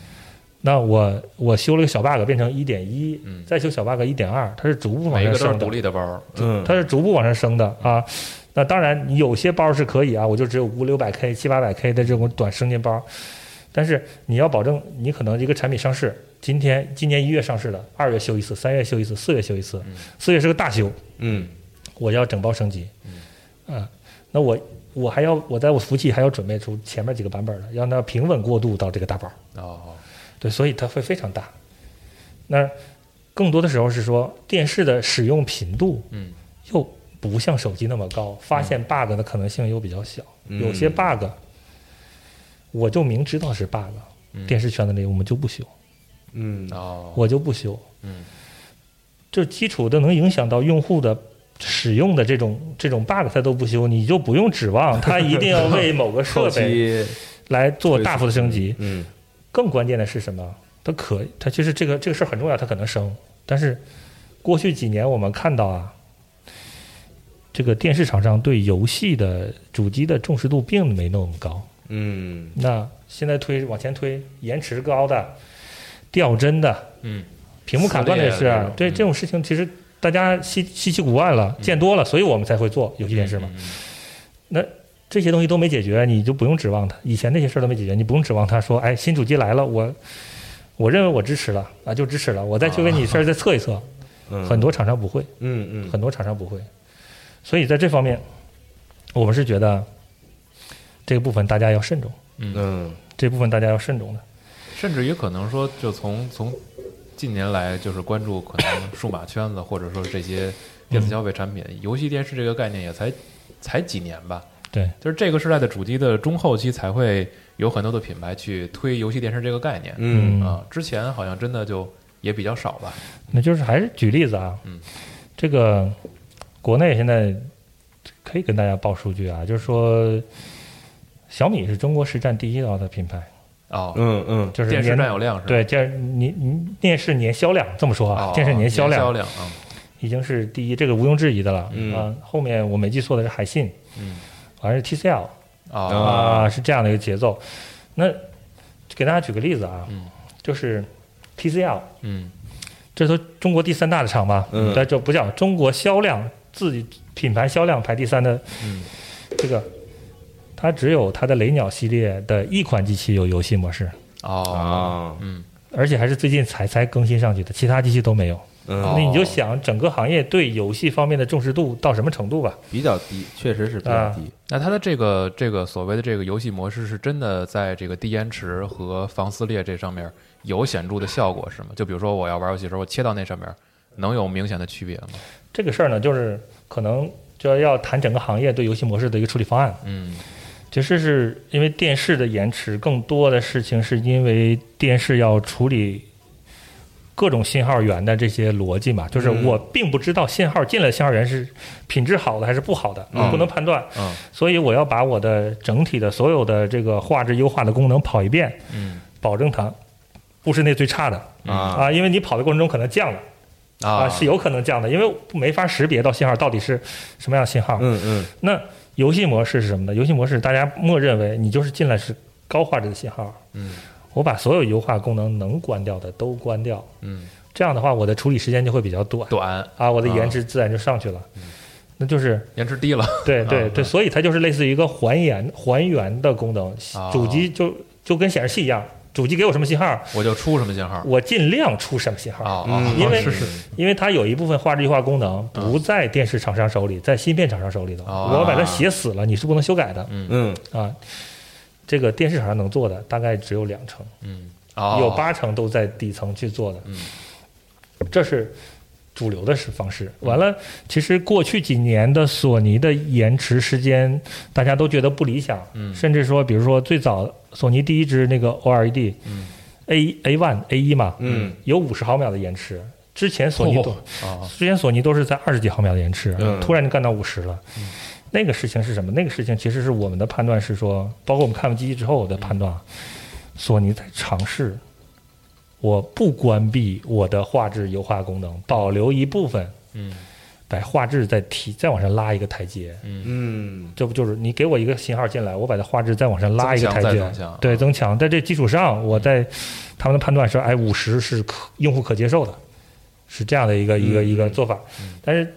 那我我修了个小 bug 变成一点一
嗯，
再修小 bug 一点二，它是逐步往
每一
上
个都是
升的
独。立的嗯包，
嗯
它是逐步往上升的啊。那当然，你有些包是可以啊，我就只有五六百 K、七八百 K 的这种短升级包，但是你要保证你可能一个产品上市，今天今年一月上市的，二月修一次，三月修一次，四月修一次，四月是个大修，
嗯
我要整包升级，
嗯
啊，那我我还要我在我服务器还要准备出前面几个版本的，让它平稳过渡到这个大包。
哦
对，所以它会非常大。那更多的时候是说电视的使用频度，
嗯，
又不像手机那么高，发现 bug 的可能性又比较小。
嗯
有些 bug，我就明知道是 bug，、
嗯
电视圈子里我们就不修，
嗯
哦，
我就不修。
嗯，
就基础的能影响到用户的。使用的这种这种 bug 它都不修，你就不用指望它一定要为某个设
后
备
期
来做大幅的升级。
嗯
更关键的是什么？它可它其实这个这个事儿很重要，它可能升，但是过去几年我们看到啊，这个电视厂商对游戏的主机的重视度并没那么高。
嗯
那现在推往前推，延迟高的、掉帧的、
嗯
屏幕卡顿的也是
撕裂的这
啊
种，
对
嗯
这种事情其实大家稀稀奇古怪了，见多了，所以我们才会做游戏电视嘛。
嗯
这些东西都没解决，你就不用指望它。以前那些事儿都没解决，你不用指望他说，哎，新主机来了，我我认为我支持了啊，就支持了，我再去为
啊
你事儿再测一测。
嗯
很多厂商不会，
嗯嗯
很多厂商不会，所以在这方面，我们是觉得这个部分大家要慎重，
嗯
这部分大家要慎重的。
甚至于可能说，就从从近年来就是关注可能数码圈子，或者说这些电子消费产品、游戏电视这个概念也才才几年吧。
对，
就是这个时代的主机的中后期才会有很多的品牌去推游戏电视这个概念。
嗯
啊，之前好像真的就也比较少吧。
那就是还是举例子啊，
嗯
这个国内现在可以跟大家报数据啊，就是说小米是中国实战第一的品牌，
哦，
嗯嗯
就是
电视
年
占有量是吧？
对，电年年电视年销量这么说啊
哦，，
电视年销
销
量
量啊，
已经是第一，这个毋庸置疑的了。
嗯
啊，后面我没记错的是海信，
嗯，
好像是 TCL
哦，
啊，是这样的一个节奏。那给大家举个例子啊
嗯，
就是 TCL，
嗯
这都中国第三大的厂吧？
嗯
但这不叫中国销量自己品牌销量排第三的
嗯
这个，它它只有它的雷鸟系列的一款机器有游戏模式，
哦，
啊，
嗯，
而且还是最近才才更新上去的，其他机器都没有。
嗯
哦，
那你就想整个行业对游戏方面的重视度到什么程度吧？
比较低，确实是比较低。
那它的这个这个所谓的这个游戏模式，是真的在这个低延迟和防撕裂这上面有显著的效果是吗？就比如说我要玩游戏的时候，我切到那上面，能有明显的区别吗？
这个事儿呢，就是可能就要谈整个行业对游戏模式的一个处理方案。
嗯，
其实是因为电视的延迟，更多的事情是因为电视要处理各种信号源的这些逻辑嘛，就是
嗯
我并不知道信号进来的信号源是品质好的还是不好的，我不能判断，
嗯
所以我要把我的整体的所有的这个画质优化的功能跑一遍，
嗯
保证它不是那最差的
啊
啊，因为你跑的过程中可能降了啊，
啊，
是有可能降的，因为没法识别到信号到底是什么样的信号，
嗯嗯
那游戏模式是什么呢？游戏模式大家默认为你就是进来是高画质的信号，
嗯
我把所有优化功能能关掉的都关掉，
嗯，
这样的话我的处理时间就会比较短
短
啊，我的
啊
延迟自然就上去了。那就是
延迟低了，
对
啊
对对，所以它就是类似于一个还原还原的功能
哦，
主机就就跟显示器一样，主机给我什么信号，
我就出什么信号？
我尽量出什么信号，
哦，
嗯
哦
嗯因为
是是
因为它有一部分画质优化功能
嗯
不在电视厂商手里，在芯片厂商手里的，
哦
我把它写死了，你是不能修改的。
嗯，
啊，这个电视厂商能做的大概只有两成，
嗯，哦，
有八成都在底层去做的。
嗯，
这是主流的是方式。完了，其实过去几年的索尼的延迟时间，大家都觉得不理想，
嗯
甚至说，比如说最早索尼第一支那个 OLED，
嗯
A A one A 一嘛，
嗯，
有五十毫秒的延迟。之前索尼都、
哦
之前索尼都是在二十几毫秒的延迟，
嗯
突然就干到五十了。
嗯
那个事情是什么？那个事情其实是我们的判断是说，包括我们看完机器之后的判断，啊索尼在尝试，我不关闭我的画质优化功能，保留一部分，
嗯
把画质再提再往上拉一个台阶。
嗯
这不就是你给我一个信号进来，我把它画质再往上拉一个
增强
台
再
阶
增强，哦
对，增强。在这基础上，我在他们的判断说，哎，五十是可用户可接受的，是这样的一
嗯
个一个一个做法。但是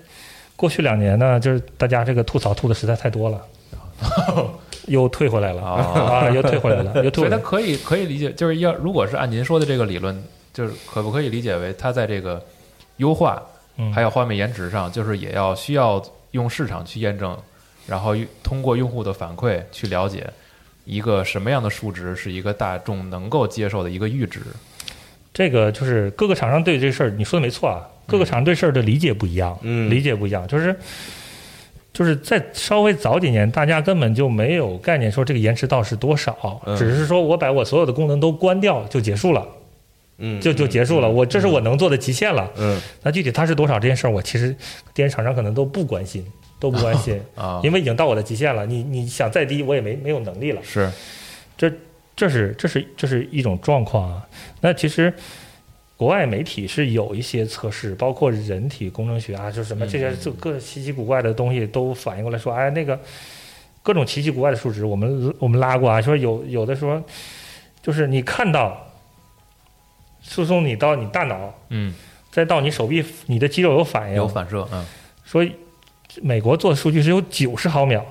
过去两年呢，就是大家这个吐槽吐的实在太 多了，又退回来了
哦，
啊，又退回 来了，又
所
退回
以它
来了。
可以可以理解，就是要如果是按您说的这个理论，就是可不可以理解为它在这个优化
嗯
还有画面延迟上，就是也要需要用市场去验证，然后通过用户的反馈去了解一个什么样的数值是一个大众能够接受的一个阈值。
这个就是各个厂商对这事儿，你说的没错啊，
嗯
各个厂商对事儿的理解不一样，
嗯
理解不一样，就是就是在稍微早几年，大家根本就没有概念说这个延迟到是多少，
嗯
只是说我把我所有的功能都关掉就结束了，
嗯，
就就结束了，我这
嗯
是我能做的极限了。
嗯
那具体它是多少这件事儿，我其实电视厂商可能都不关心，都不关心
啊
因为已经到我的极限了，你你想再低我也没没有能力了。
是，
这是这是这是一种状况啊。那其实国外媒体是有一些测试，包括人体工程学啊，就是什么
嗯
这些
嗯
就各稀奇古怪的东西都反映过来说，哎，那个各种奇奇古怪的数值，我们我们拉过啊，说有有的说就是你看到输送你到你大脑，
嗯，
再到你手臂，你的肌肉有反应，
有反射，嗯，
说美国做的数据是有九十毫秒。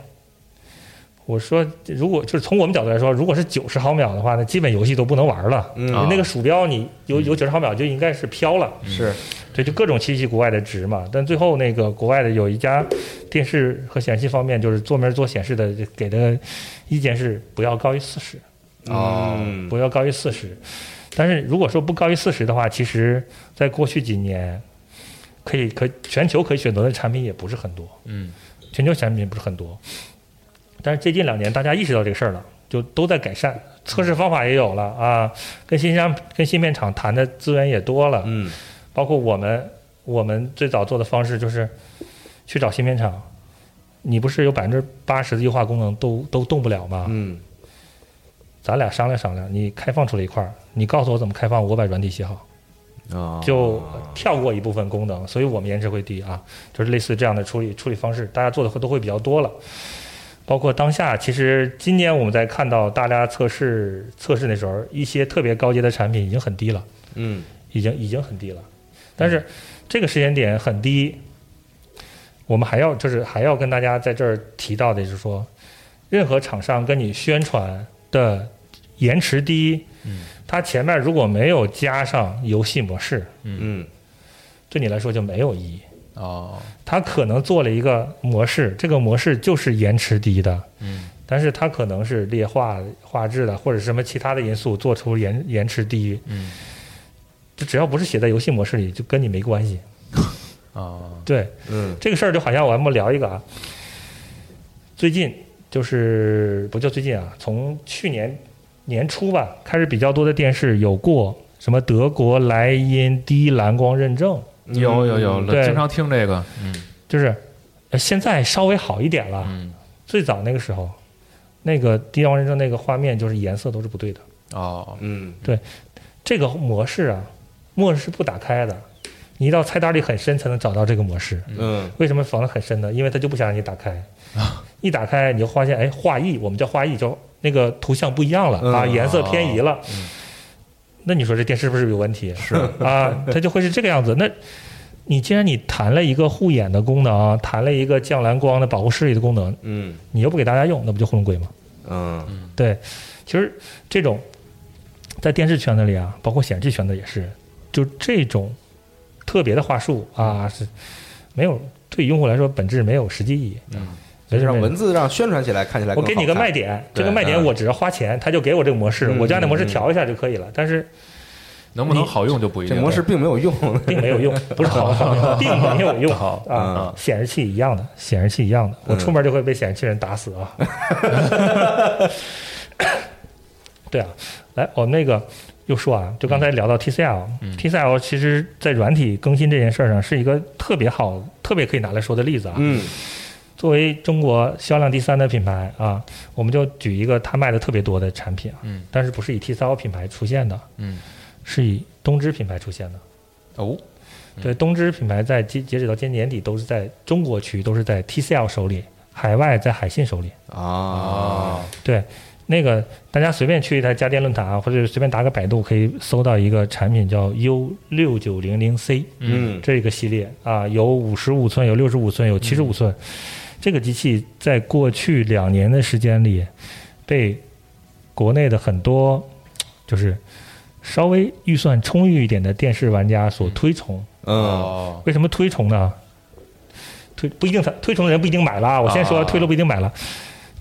我说，如果就是从我们角度来说，如果是九十毫秒的话，那基本游戏都不能玩了。
啊
嗯，
那个鼠标你有有九十毫秒就应该是飘了，
是
对，就各种稀奇古怪的值嘛。但最后那个国外的有一家电视和显示器方面，就是专门做显示的，给的意见是不要高于四十，
哦
嗯
不要高于四十。但是如果说不高于四十的话，其实在过去几年，可以可全球可以选择的产品也不是很多。
嗯
全球产品不是很多，但是最近两年大家意识到这个事儿了，就都在改善，测试方法也有了啊，跟新商跟芯片厂谈的资源也多了，
嗯
包括我们我们最早做的方式就是去找芯片厂，你不是有百分之八十的优化功能都都动不了吗？
嗯
咱俩商量商量，你开放出来一块儿，你告诉我怎么开放，我把软体写好。
啊，
就跳过一部分功能，所以我们延迟会低啊，就是类似这样的处理处理方式，大家做的会都会比较多了。包括当下，其实今年我们在看到大家测试测试那时候，一些特别高阶的产品已经很低了，
嗯
已经已经很低了。但是这个时间点很低，我们还要就是还要跟大家在这儿提到的就是说，任何厂商跟你宣传的延迟低，
嗯
它前面如果没有加上游戏模式，
嗯
对你来说就没有意义。
哦，
它可能做了一个模式，这个模式就是延迟低的，
嗯
但是它可能是劣化、画质的，或者什么其他的因素做出延延迟低，
嗯
就只要不是写在游戏模式里，就跟你没关系。
哦，
对
嗯
这个事儿，就好像我们聊一个啊，最近就是不就最近啊，从去年年初吧开始，比较多的电视有过什么德国莱茵低蓝光认证，
有有有，
对
经常听这个，嗯
就是呃现在稍微好一点了。
嗯
最早那个时候，那个低光认证那个画面就是颜色都是不对的，
哦
嗯
这个模式啊，模式是不打开的，你一到菜单里很深才能找到这个模式。
嗯
为什么防得很深呢？因为它就不想让你打开，一打开你就发现，哎，画意，我们叫画意，就那个图像不一样了，
嗯
啊，颜色偏移了。
嗯
那你说这电视是不是有问题？是啊，它就会是这个样子。那你既然你谈了一个护眼的功能，谈了一个降蓝光的保护视力的功能，
嗯
你又不给大家用，那不就糊弄鬼吗？
嗯
对，其实这种在电视圈子里啊，包括显示器圈子也是，就这种特别的话术啊，是没有对用户来说本质没有实际意义。
嗯，
没事
让
没事
文字让宣传起来看起来
我
更
给你
好
个
看
卖点，
对
这个卖点
嗯
我只要花钱，他就给我这个模式，
嗯
我就按照模式
嗯嗯
调一下就可以了。但是
能不能
你
好用就不一
这
定。
模式并没有用，
并没有 用，不是好好，并没有用
好
啊
嗯。
显示器一样的，显示器一样的，我
嗯
出门就会被显示器人打死 啊。对啊，来，我们那个又说啊，就刚才聊到 TCL，TCL 其实在软体更新这件事儿上是一个特别好、特别可以拿来说的例子啊。
嗯
作为中国销量第三的品牌啊，我们就举一个它卖的特别多的产品啊，
嗯
但是不是以 TCL 品牌出现的，
嗯
是以东芝品牌出现的。
哦
对，东芝品牌在截截止到今年年底都是在中国区都是在 TCL 手里，海外在海信手里。
啊
哦，
对，那个大家随便去一台家电论坛啊，或者随便打个百度，可以搜到一个产品叫 U 六九零零 C。
嗯
这个系列啊，有五十五寸，有六十五寸，有七十五寸。
嗯
这个机器在过去两年的时间里，被国内的很多就是稍微预算充裕一点的电视玩家所推崇。
嗯
哦
为什么推崇呢？推不一定他推崇的人不一定买了啊。我先说，
啊
推了不一定买了。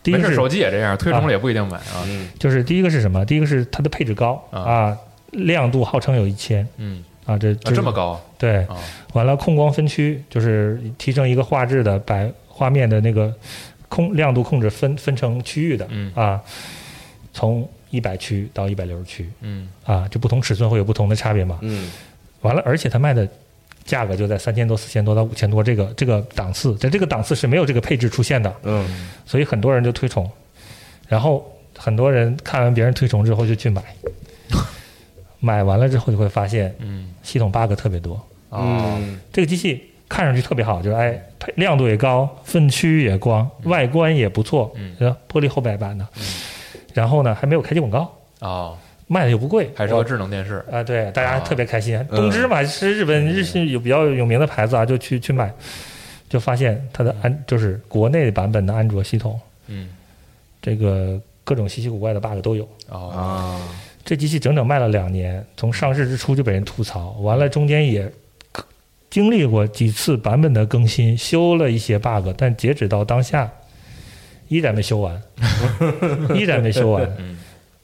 第一
没
个
事，
是
手机也这样，推崇了也不一定买啊。
嗯
就是第一个是什么？第一个是它的配置高
啊
啊，亮度号称有一千
嗯，
啊，这
啊这么高
对
啊
完了，控光分区就是提升一个画质的白画面的那个控亮度控制分分成区域的，
嗯
啊，从一百区到一百六十区
嗯
啊，就不同尺寸会有不同的差别嘛。
嗯
完了，而且它卖的价格就在三千多、四千多到五千多这个这个档次，在这个档次是没有这个配置出现的，
嗯
所以很多人就推崇，然后很多人看完别人推崇之后就去买，买完了之后就会发现
嗯
系统 bug 特别多。
哦
嗯
这个机器看上去特别好，就是哎，配亮度也高，分区也光，外观也不错，
嗯
呃，玻璃后白板的，然后呢还没有开机广告，
哦，
卖的又不贵，
还是
我
个智能电视。
啊，对，大
啊嗯
家特别开心。东芝嘛，是日本日系有比较有名的牌子啊，就去去买，就发现它的安就是国内版本的安卓系统，
嗯
这个各种稀奇古怪的 bug 都有。
哦
啊
这机器整整卖了两年，从上市之初就被人吐槽，完了中间也经历过几次版本的更新，修了一些 bug，但截止到当下，依然没修完，依然没修完。
嗯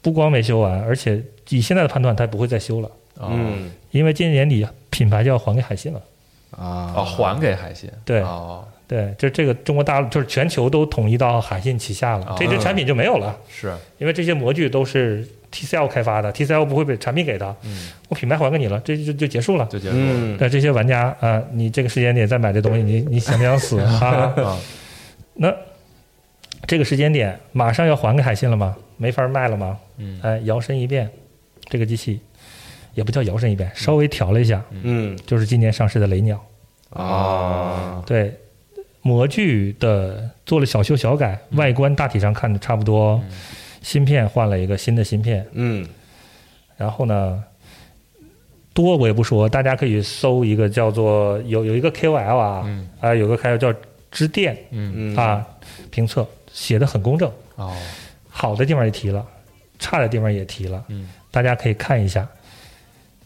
不光没修完，而且以现在的判断，它不会再修了，
哦
嗯
因为今年年底品牌就要还给海信了。
啊
哦，还给海信。
对
哦
对，就这个中国大陆就是全球都统一到海信旗下了
啊，
这支产品就没有了，
是
因为这些模具都是 TCL 开发的，TCL 不会被产品给的，
嗯
我品牌还给你了，这就就结束了。
就结束了
嗯
那这些玩家啊、你这个时间点再买这东西，你你想不 想死啊？
啊
那这个时间点马上要还给海信了吗？没法卖了吗？
嗯
哎，摇身一变，这个机器也不叫摇身一变，稍微调了一下，
嗯
就是今年上市的雷鸟。
啊
对，模具的做了小修小改，
嗯
外观大体上看的差不多，芯片换了一个新的芯片，
嗯
然后呢，多我也不说，大家可以搜一个叫做有有一个 KOL 啊，
嗯
啊有个 KOL 叫支电
嗯
嗯
啊评测，写的很公正，
啊哦，
好的地方也提了，差的地方也提了，
嗯，
大家可以看一下，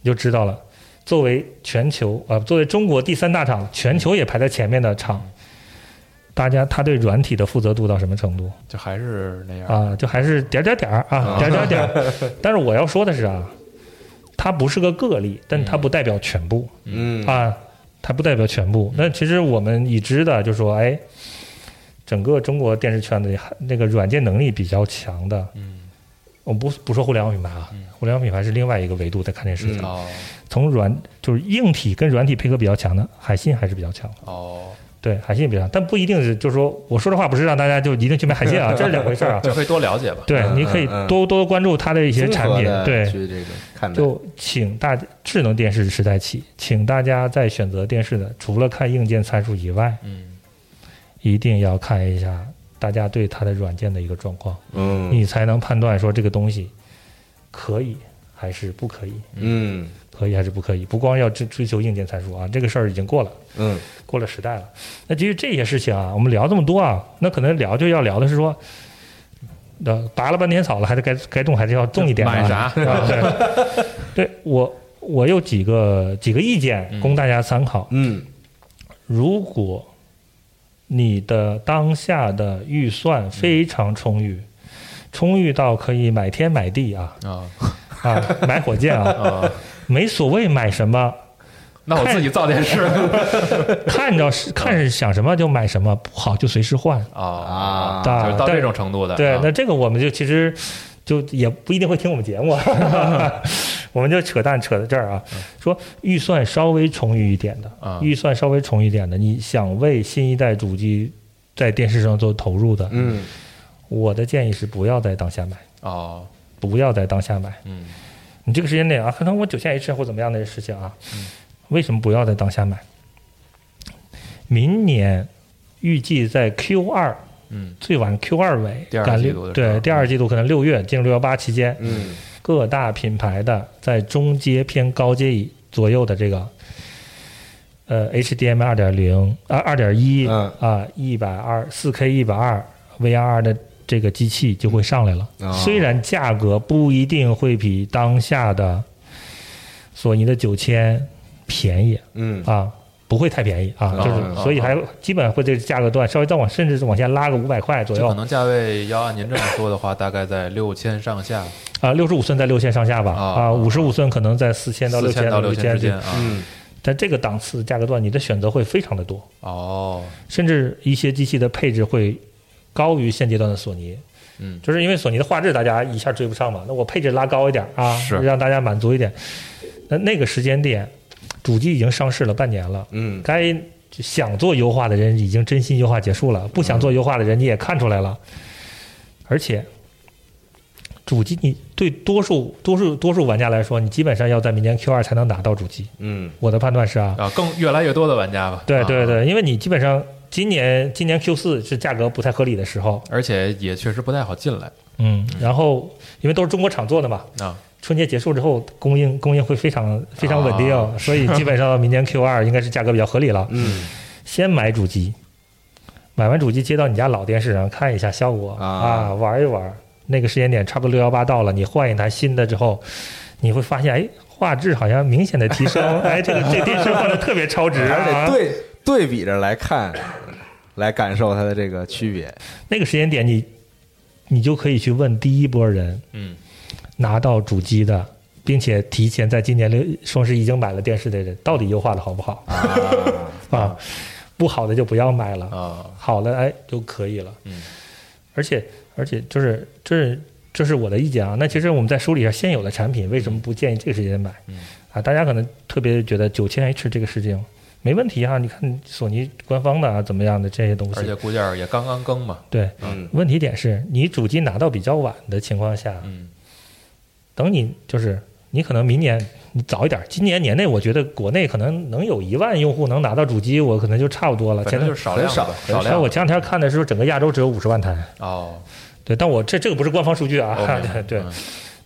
你就知道了。作为全球啊、呃作为中国第三大厂，全球也排在前面的厂，大家他对软体的负责度到什么程度
就还是那样，
啊？就还是点儿点儿点儿啊，点儿点儿点 儿。但是我要说的是啊，它不是个个例，但它不代表全部。
嗯
啊，它不代表全部。那其实我们已知的，就说，哎，整个中国电视圈子里还那个软件能力比较强的，
嗯，
我不不说互联网品牌啊，互联网品牌是另外一个维度在看这事情。
嗯
哦
从软就是硬体跟软体配合比较强的，海信还是比较强的。
哦，
对，海信比较强，但不一定是就是说，我说的话不是让大家就一定去买海 信啊，这是两回事儿啊。
就可以多了解吧。
对，
嗯
你可以
嗯嗯
多多关注它的一些产品
综合，地
对，
去这个看待，
就请大家智能电视时代起，请大家在选择电视的，除了看硬件参数以外，
嗯，
一定要看一下大家对它的软件的一个状况，
嗯
你才能判断说这个东西可以还是不可以，
嗯
可以还是不可以。不光要追追求硬件参数啊，这个事儿已经过了，
嗯
过了时代了。那至于这些事情啊，我们聊这么多啊，那可能聊就要聊的是说。呃，拔了半天草了，还得该该动还是要动一 点、啊。
买啥？
对我，我有几个几个意见
嗯
供大家参考。
嗯
如果你的当下的预
嗯
算非常充裕，充裕到可以买天买地啊
啊
啊，买火箭啊，
啊，
没所谓买什么，
那我自己造电 视
看着是看着想什么就买什么，不好就随时换。
啊
啊
就是到
但
这种程度的。
对
啊，
那这个我们就其实就也不一定会听我们节 目，我们就扯淡扯到这儿啊。
嗯
说预算稍微充裕一点的，
啊
预算稍微充裕一点的，你想为新一代主机在电视上做投入的，
嗯
我的建议是不要在当下买，
哦，
不要在当下买。
嗯
你这个时间内啊，可能我九线 H 或怎么样的事情啊，
嗯
为什么不要在当下买？明年预计在 Q 二
嗯
最晚 Q 二尾，
第二
赶
季
六
度的时候
对第二季度可能六月进入六幺八期间，
嗯
各大品牌的在中阶偏高阶以左右的这个，呃，HDMI 二点零啊二点一
嗯
啊一百二四 K 一百二 VR 的这个机器就会上来了。
哦
虽然价格不一定会比当下的索尼的九千便宜
嗯
啊。不会太便宜啊，
嗯
就是所以还基本会这个价格段稍微再往甚至往下拉个五百块左
就
右
可能价位要按您这么说的话，大概在六千上下，
啊，六十五寸在六千上下吧
啊
啊，五十五寸可能在四千到
四
六
千
千
到六千之间啊。
嗯
在这个档次价格段，你的选择会非常的多，
哦，
甚至一些机器的配置会高于现阶段的索尼。
嗯
就是因为索尼的画质大家一下追不上嘛，那我配置拉高一点啊，
是
让大家满足一点。那那个时间点，主机已经上市了半年了，
嗯
该想做优化的人已经真心优化结束了，不想做优化的人你也看出来了。而且，主机你对多数多数多数玩家来说，你基本上要在明年 Q 二才能拿到主机。
嗯
我的判断是啊，
啊，更越来越多的玩家吧。
对对
啊，
对，因为你基本上今年今年 Q 四是价格不太合理的时候，
而且也确实不太好进来
嗯，然后因为都是中国厂做的嘛，
啊。
春节结束之后供应供应会非常非常稳定，
啊
所以基本上明年 Q 二应该是价格比较合理了。
嗯
先买主机，买完主机接到你家老电视上看一下效果
啊
玩一玩。那个时间点差不多六幺八到了，你换一台新的之后，你会发现，哎，画质好像明显的提升，哎，这个这电视换的特别超值、啊，
还是得对对比着来看，来感受它的这个区别。
那个时间点你，你就可以去问第一波人
嗯
拿到主机的，并且提前在今年六双十一已经买了电视的人，到底优化的好不好啊？不好的就不要买了，
啊
好的哎就可以了。
嗯，
而且而且就是这是这是我的意见啊。那其实我们再梳理一下现有的产品，为什么不建议这个时间买？
嗯
啊，大家可能特别觉得九千 H 这个事情没问题啊，你看索尼官方的啊怎么样的这些东西，
而且固件儿也刚刚更嘛。
对，
嗯
问题点是你主机拿到比较晚的情况下，
嗯
等你就是你可能明年你早一点，今年年内我觉得国内可能能有一万用户能拿到主机，我可能就差不多了。
反
前
正就
段
是少量吧
很少
少
但
量。
啊我前两天看的时候，整个亚洲只有五十万台，
哦，
对，但我这这个不是官方数据啊，
我明白
对对
嗯。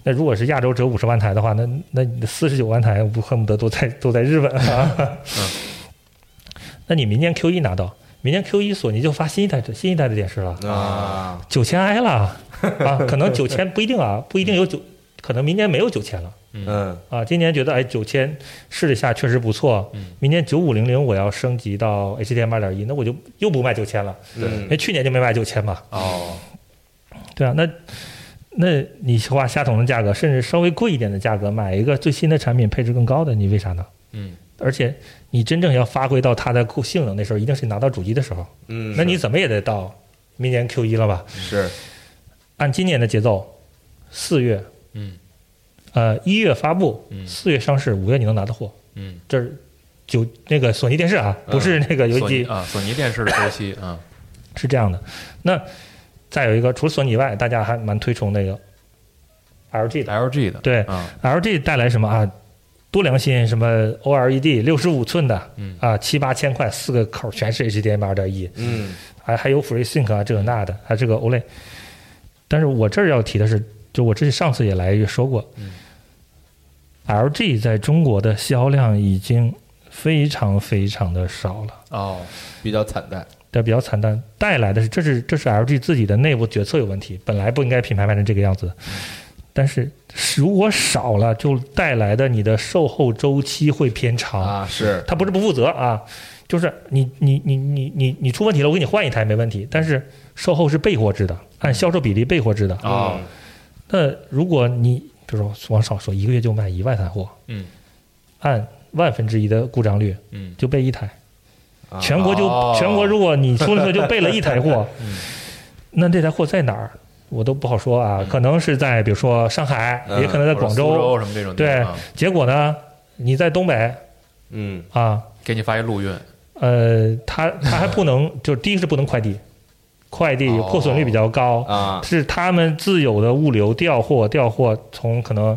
那如果是亚洲只有五十万台的话，那那你的四十九万台，
嗯
我恨不得都在都在日本啊。那你明年 Q 一拿到，明年 Q 一索尼就发新一代的新一代的电视了，
啊，
九千 i 了啊，可能九千不一定啊，不一定有九，可能明年没有九千了
嗯
啊。今年觉得哎九千试了一下确实不错
嗯，
明年九五零零我要升级到 HDMI 二点一，那我就又不卖九千了，因为
嗯，
去年就没卖九千嘛。
哦，
对啊，那那你花相同的价格，甚至稍微贵一点的价格买一个最新的产品，配置更高的，你为啥呢？
嗯
而且你真正要发挥到它的够性能的时候，一定是拿到主机的时候。
嗯，
那你怎么也得到明年 Q 一了吧？
是
按今年的节奏，四月，
嗯，
呃，一月发布，
嗯
四月上市，五月你能拿到货，
嗯，
这是九那个索尼电视啊，
嗯
不是那个游戏
索尼
机，
啊，索尼电视的周 期啊，
是这样的。那再有一个，除了索尼以外，大家还蛮推崇那个 LG 的
LG 的
对
啊，
，LG 带来什么啊？多良心，什么 OLED 六十五寸的
嗯
啊，七八千块，四个口全是 HDMI 二点一，
嗯
还还有 FreeSync 啊，这个那的，还有这个 OLED。但是我这儿要提的是，就我这上次也来说过、
嗯
l g 在中国的销量已经非常非常的少了，
哦，
比较惨淡，
但比较惨淡。带来的是，这是这是 LG 自己的内部决策有问题，本来不应该品牌卖成这个样子。但是如果少了，就带来的你的售后周期会偏长。
啊，是
他不是不负责啊，就是你你你你你你出问题了，我给你换一台没问题，但是售后是备货制的，按销售比例备货制的。
哦，
那如果你比如说往少说，一个月就卖一万台货，
嗯
按万分之一的故障率
嗯
就备一台，
啊
全国就、
哦
全国如果你出了就备了一台货，
嗯
那这台货在哪儿？我都不好说啊，可能是在比如说上海，
嗯
也可能在广
嗯或者苏
州。
什么这种地
对
方啊，
结果呢，你在东北
嗯
啊，
给你发一陆运，
呃，它它还不能，就是第一是不能快递，快递
哦
破损率比较高，
啊，
是他们自有的物流调货，调货从可能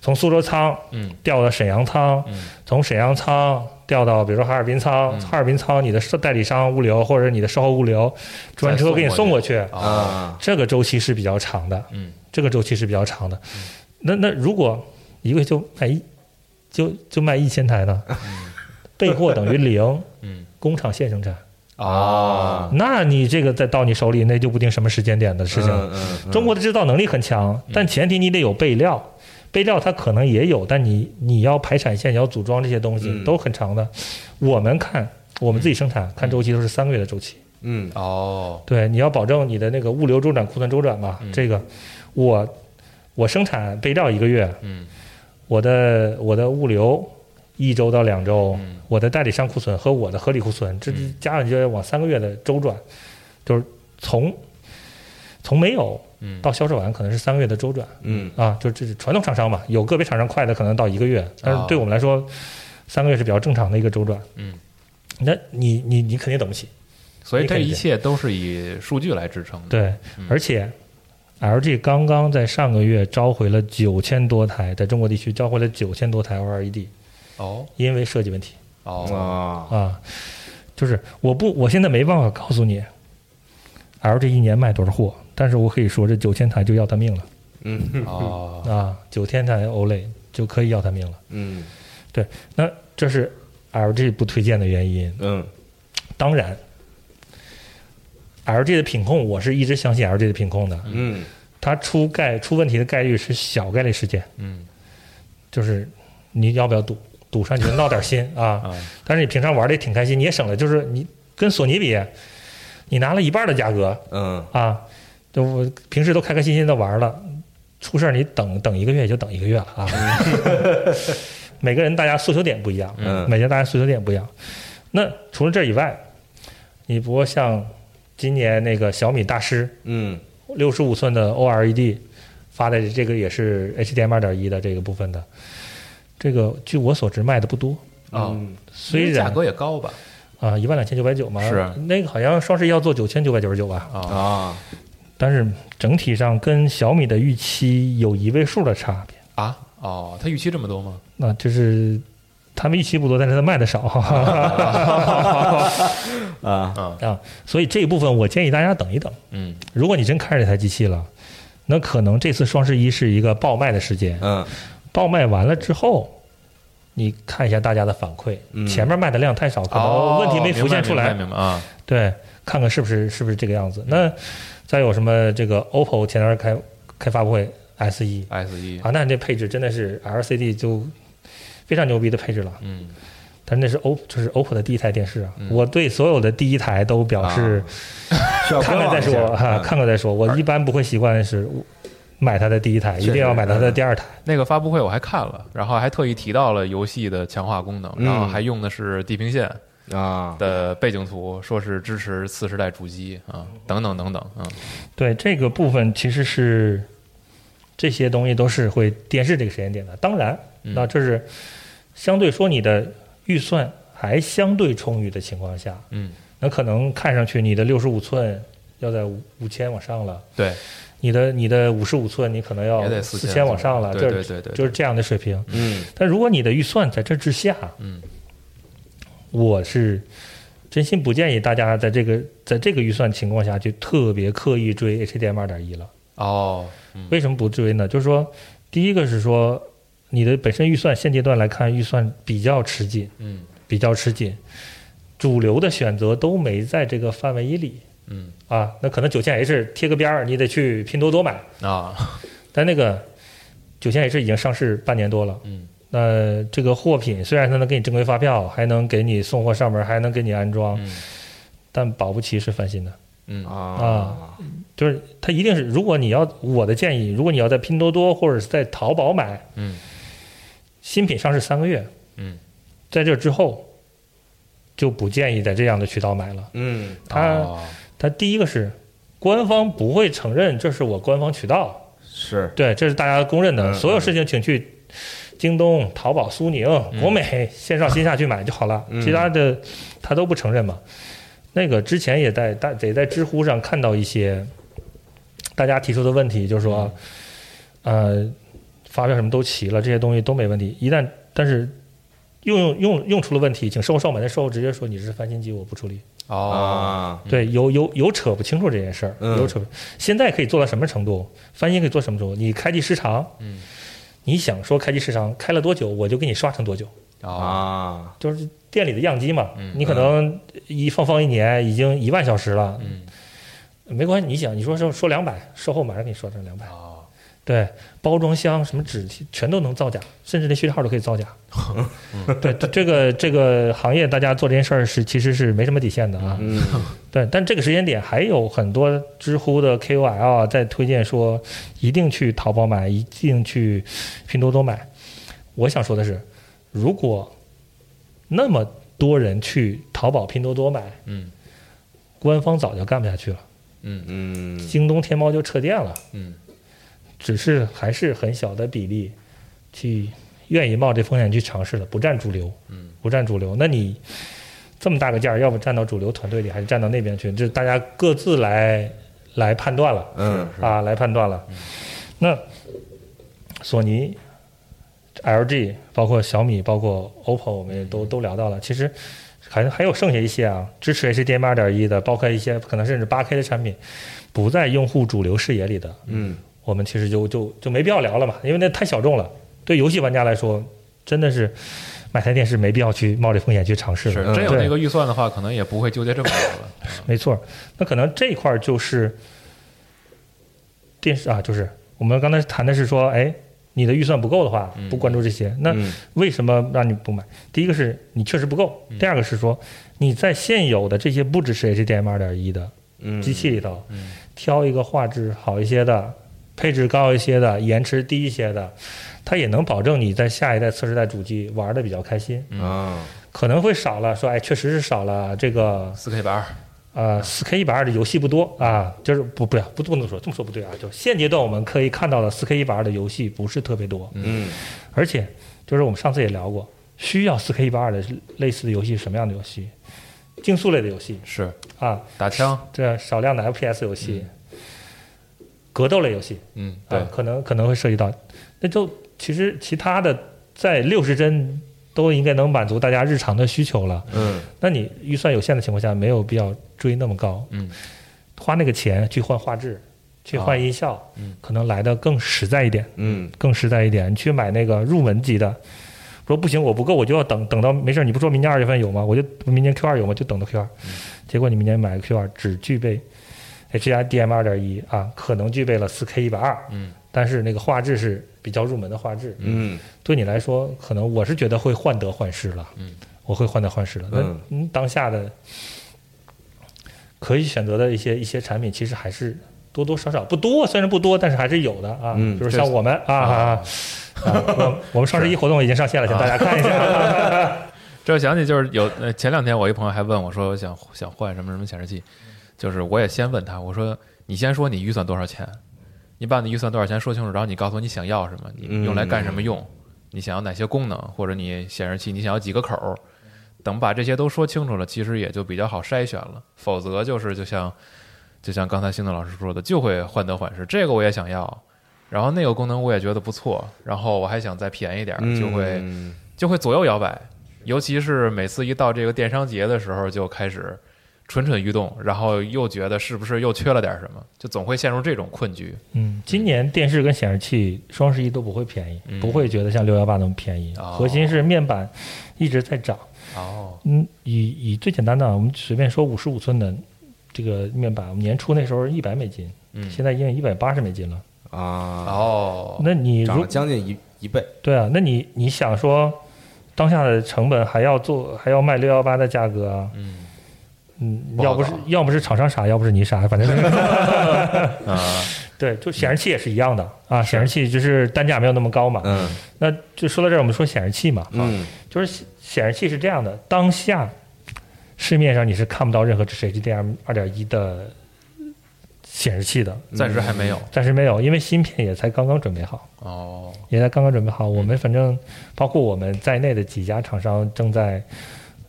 从苏州仓
嗯
调到沈阳仓，
嗯
从沈阳仓调到比如说哈尔滨仓，
嗯
哈尔滨仓你的代理商物流或者你的售后物流专车给你送过去，
啊，
啊，
这个周期是比较长的，
嗯
这个周期是比较长的。那那如果一个月就卖一就就卖一千台呢，备货等于零，
嗯
工厂现生产。
哦，
那你这个再到你手里，那就不定什么时间点的事情了。
嗯嗯嗯
中国的制造能力很强，但前提你得有备料，备料它可能也有，但你你要排产线，你要组装这些东西
嗯
都很长的。我们看我们自己生产，看周期都是三个月的周期。
嗯
哦，
对，你要保证你的那个物流周转、库存周转嘛。
嗯
这个我我生产备料一个月，
嗯
我的我的物流一周到两周，
嗯
我的代理商库存和我的合理库存，这
嗯
加上就要往三个月的周转，就是从从没有
嗯，
到销售完可能是三个月的周转
嗯
啊，就这是传统厂商嘛，有个别厂商快的可能到一个
啊
月，但是对我们来说，三个月是比较正常的一个周转。
嗯，
那你你你肯定等不起，
所以这一切都是以数据来支撑的，
对
嗯，
而且 LG 刚刚在上个月召回了九千多台，在中国地区召回了九千多台 OLED，
哦
因为设计问题。
哦，
啊，
啊，就是我不，我现在没办法告诉你，LG 一年卖多少货，但是我可以说这九千台就要他命了
嗯
哦，
啊，九千台 OLED 就可以要他命了。
嗯
那这是 LG 不推荐的原因。
嗯
当然，LG 的品控，我是一直相信 LG 的品控的，
嗯
它出概出问题的概率是小概率事件，
嗯
就是你要不要赌，赌上你就闹点心 啊。
啊，
但是你平常玩的也挺开心，你也省了，就是你跟索尼比，你拿了一半的价格。
嗯
啊，就我平时都开开心心的玩了，出事儿你等等一个月也就等一个月了 啊。每个人大家诉求点不一样，
嗯
每家大家诉求点不一样。那除了这以外，你不过像今年那个小米大师
嗯
六十五寸的 OLED 发的这个也是 HDMI 二点一的这个部分的，这个据我所知卖的不多，
哦，
嗯
因
虽
为价
然
格也高吧？
啊一万两千九百九嘛，
是啊
那个好像双十一要做九千九百九十九吧，
啊，
啊
但是整体上跟小米的预期有一位数的差别。
啊哦，它预期这么多吗？
那就是他们预期不多，但是他卖的少， 哈哈哈哈
啊
啊，所以这一部分我建议大家等一等。
嗯
如果你真看上这台机器了，那可能这次双十一是一个爆卖的时间，
嗯
爆卖完了之后。你看一下大家的反馈，
嗯
前面卖的量太少，可能问题没浮现出来。
哦明白明白明白啊，
对，看看是不是是不是这个样子。那再有什么这个 OPPO 前段开开发布会 S 一
S 一，
啊，那这配置真的是 LCD 就非常牛逼的配置了。
嗯，
但是那是 O 就是 OPPO 的第一台电视啊，
嗯
我对所有的第一台都表示、
需要
看看再说
观望一下
哈、
嗯
看看再说。我一般不会习惯是买它的第一台，
确
一
实嗯
定要买它的第二台。
那个发布会我还看了，然后还特意提到了游戏的强化功能，
嗯
然后还用的是地平线
啊，
的背景图，说是支持次世代主机啊，等等等等，嗯，
对这个部分其实是这些东西都是会电视这个时间点的。当然，
嗯
那这是相对说你的预算还相对充裕的情况下，
嗯，
那可能看上去你的六十五寸要在五五千往上了，
对，
你的你的五十五寸你可能
也
要
得
四
4000
千往上了，
对
就是
对对对
就是这样的水平。
嗯
但如果你的预算在这之下，
嗯，
我是真心不建议大家在这个在这个预算情况下去特别刻意追 HDMI 二点一了。
哦，嗯
为什么不追呢？就是说，第一个是说你的本身预算现阶段来看预算比较吃紧，
嗯
比较吃紧，主流的选择都没在这个范围以里
嗯
啊。那可能九千 H 贴个边儿，你得去拼多多买，
啊，
但那个九千 H 已经上市半年多了。
嗯
那这个货品虽然它能给你正规发票，还能给你送货上门，还能给你安装，
嗯
但保不齐是翻新的。
嗯
啊，
就是它一定是，如果你要我的建议，如果你要在拼多多或者是在淘宝买
嗯
新品上市三个月，
嗯，
在这之后就不建议在这样的渠道买了。
嗯
它、
哦
它第一个是官方不会承认这是我官方渠道，
是
对，这是大家公认的。
嗯
所有事情请去京东、淘宝、苏宁、国美线上线下去买就好了，
嗯
其他的他都不承认嘛。那个之前也在大得在知乎上看到一些大家提出的问题，就是说，
嗯
呃，发票什么都齐了，这些东西都没问题。一旦但是用用用用出了问题，请售后上门的售后直接说你是翻新机，我不处理。
哦，
啊，
对，有有有扯不清楚这件事儿，
嗯
有扯不。现在可以做到什么程度？翻新可以做什么程度？你开机时长，
嗯，
你想说开机时长开了多久，我就给你刷成多久，
哦，
啊，
就是店里的样机嘛。
嗯
你可能一放放一年，已经一万小时了，
嗯
没关系。你想，你说说说两百，售后马上给你刷成两百。
哦，
对，包装箱什么纸全都能造假，甚至连序列号都可以造假。对，这这个这个行业，大家做这件事儿是其实是没什么底线的啊。
嗯
对，但这个时间点还有很多知乎的 KOL 啊在推荐说，一定去淘宝买，一定去拼多多买。我想说的是，如果那么多人去淘宝、拼多多买，
嗯
官方早就干不下去了，
嗯
嗯
京东、天猫就撤店了，
嗯
只是还是很小的比例去愿意冒这风险去尝试的，不占主流，
嗯，
不占主流。那你这么大个价儿，要不站到主流团队里，还是站到那边去？这大家各自来来判断了。
嗯
啊来判断了。那索尼、LG，包括小米，包括 OPPO，我们也都都聊到了。其实还还有剩下一些啊，支持 HDMI 二点一的，包括一些可能甚至八 K 的产品，不在用户主流视野里的，
嗯
我们其实就就就没必要聊了嘛，因为那太小众了。对游戏玩家来说，真的是买台电视没必要去冒这风险去尝试
是
了。
真有
嗯对
那个预算的话，可能也不会纠结这么多了。嗯
没错儿，那可能这一块儿就是电视啊，就是我们刚才谈的是说，哎，你的预算不够的话，不关注这些，那
嗯
为什么让你不买？第一个是你确实不够，
嗯
第二个是说你在现有的这些不支持 HDMI 二点一的
嗯，
机器里头，
嗯
挑一个画质好一些的。配置高一些的，延迟低一些的，它也能保证你在下一代次世代主机玩的比较开心，
啊，
可能会少了说，哎，确实是少了这个
四 K 版，
呃，四 K 一百二的游戏不多啊，就是不不要不不能说这么说不对啊，就是现阶段我们可以看到的四 K 一百二的游戏不是特别多，
嗯
而且就是我们上次也聊过，需要四 K 一百二的类似的游戏是什么样的游戏？竞速类的游戏
是
啊，
打枪，
这少量的 FPS 游戏，格斗类游戏
嗯，对
啊，，可能可能会涉及到，那就其实其他的在六十帧都应该能满足大家日常的需求了。
嗯
那你预算有限的情况下，没有必要追那么高，
嗯，
花那个钱去换画质，去
啊
换音效，
嗯
可能来的更实在一点，
嗯
更实在一点。你去买那个入门级的，说不行，我不够，我就要等等到没事儿。你不说明年二月份有吗？我就明年 Q 二有吗？就等到 Q 二。结果你明年买个 Q 二，只具备 HDM 二点一啊，可能具备了四 K 一百二，
嗯，
但是那个画质是比较入门的画质，
嗯，
对你来说，可能我是觉得会患得患失了，
嗯，
我会患得患失了。那
嗯
嗯当下的可以选择的一些一些产品，其实还是多多少少不多，虽然不多，但是还是有的啊。
嗯
比如像
对
我们 啊啊，啊我我们双十一活动已经上线了，请大家看一下 啊。
这想起就是有呃，前两天我一朋友还问我说想想换什么什么显示器，就是我也先问他，我说你先说你预算多少钱，你把你预算多少钱说清楚，然后你告诉我你想要什么，
嗯
你用来干什么用，你想要哪些功能，或者你显示器你想要几个口儿，等把这些都说清楚了，其实也就比较好筛选了，否则就是就像就像刚才星诺老师说的，就会患得患失，这个我也想要。然后那个功能我也觉得不错，然后我还想再便宜点儿，就会、
嗯
就会左右摇摆，尤其是每次一到这个电商节的时候，就开始蠢蠢欲动，然后又觉得是不是又缺了点什么，就总会陷入这种困局。
嗯，今年电视跟显示器双十一都不会便宜，
嗯
不会觉得像六幺八那么便宜。
哦
核心是面板一直在涨。
哦，
嗯，以以最简单的啊，我们随便说五十五寸的这个面板，我们年初那时候一百美金，
嗯，
现在因为一百八十美金了。
啊，
哦，
那你
涨
如
了将近一一倍，
对啊，那你你想说当下的成本还要做还要卖六幺八的价格啊？
嗯
嗯，
不好
要不是
搞
要不是厂商傻，要不是你傻，反正是
啊， 嗯
对，就显示器也是一样的啊，显示器就是单价没有那么高嘛。
嗯
那就说到这儿，我们说显示器嘛，
嗯
就是显显示器是这样的，当下市面上你是看不到任何支持 HDM 二点一的显示器的，
暂时还没有。
暂时没有，因为芯片也才刚刚准备好，
哦，
也才刚刚准备好。我们反正包括我们在内的几家厂商正在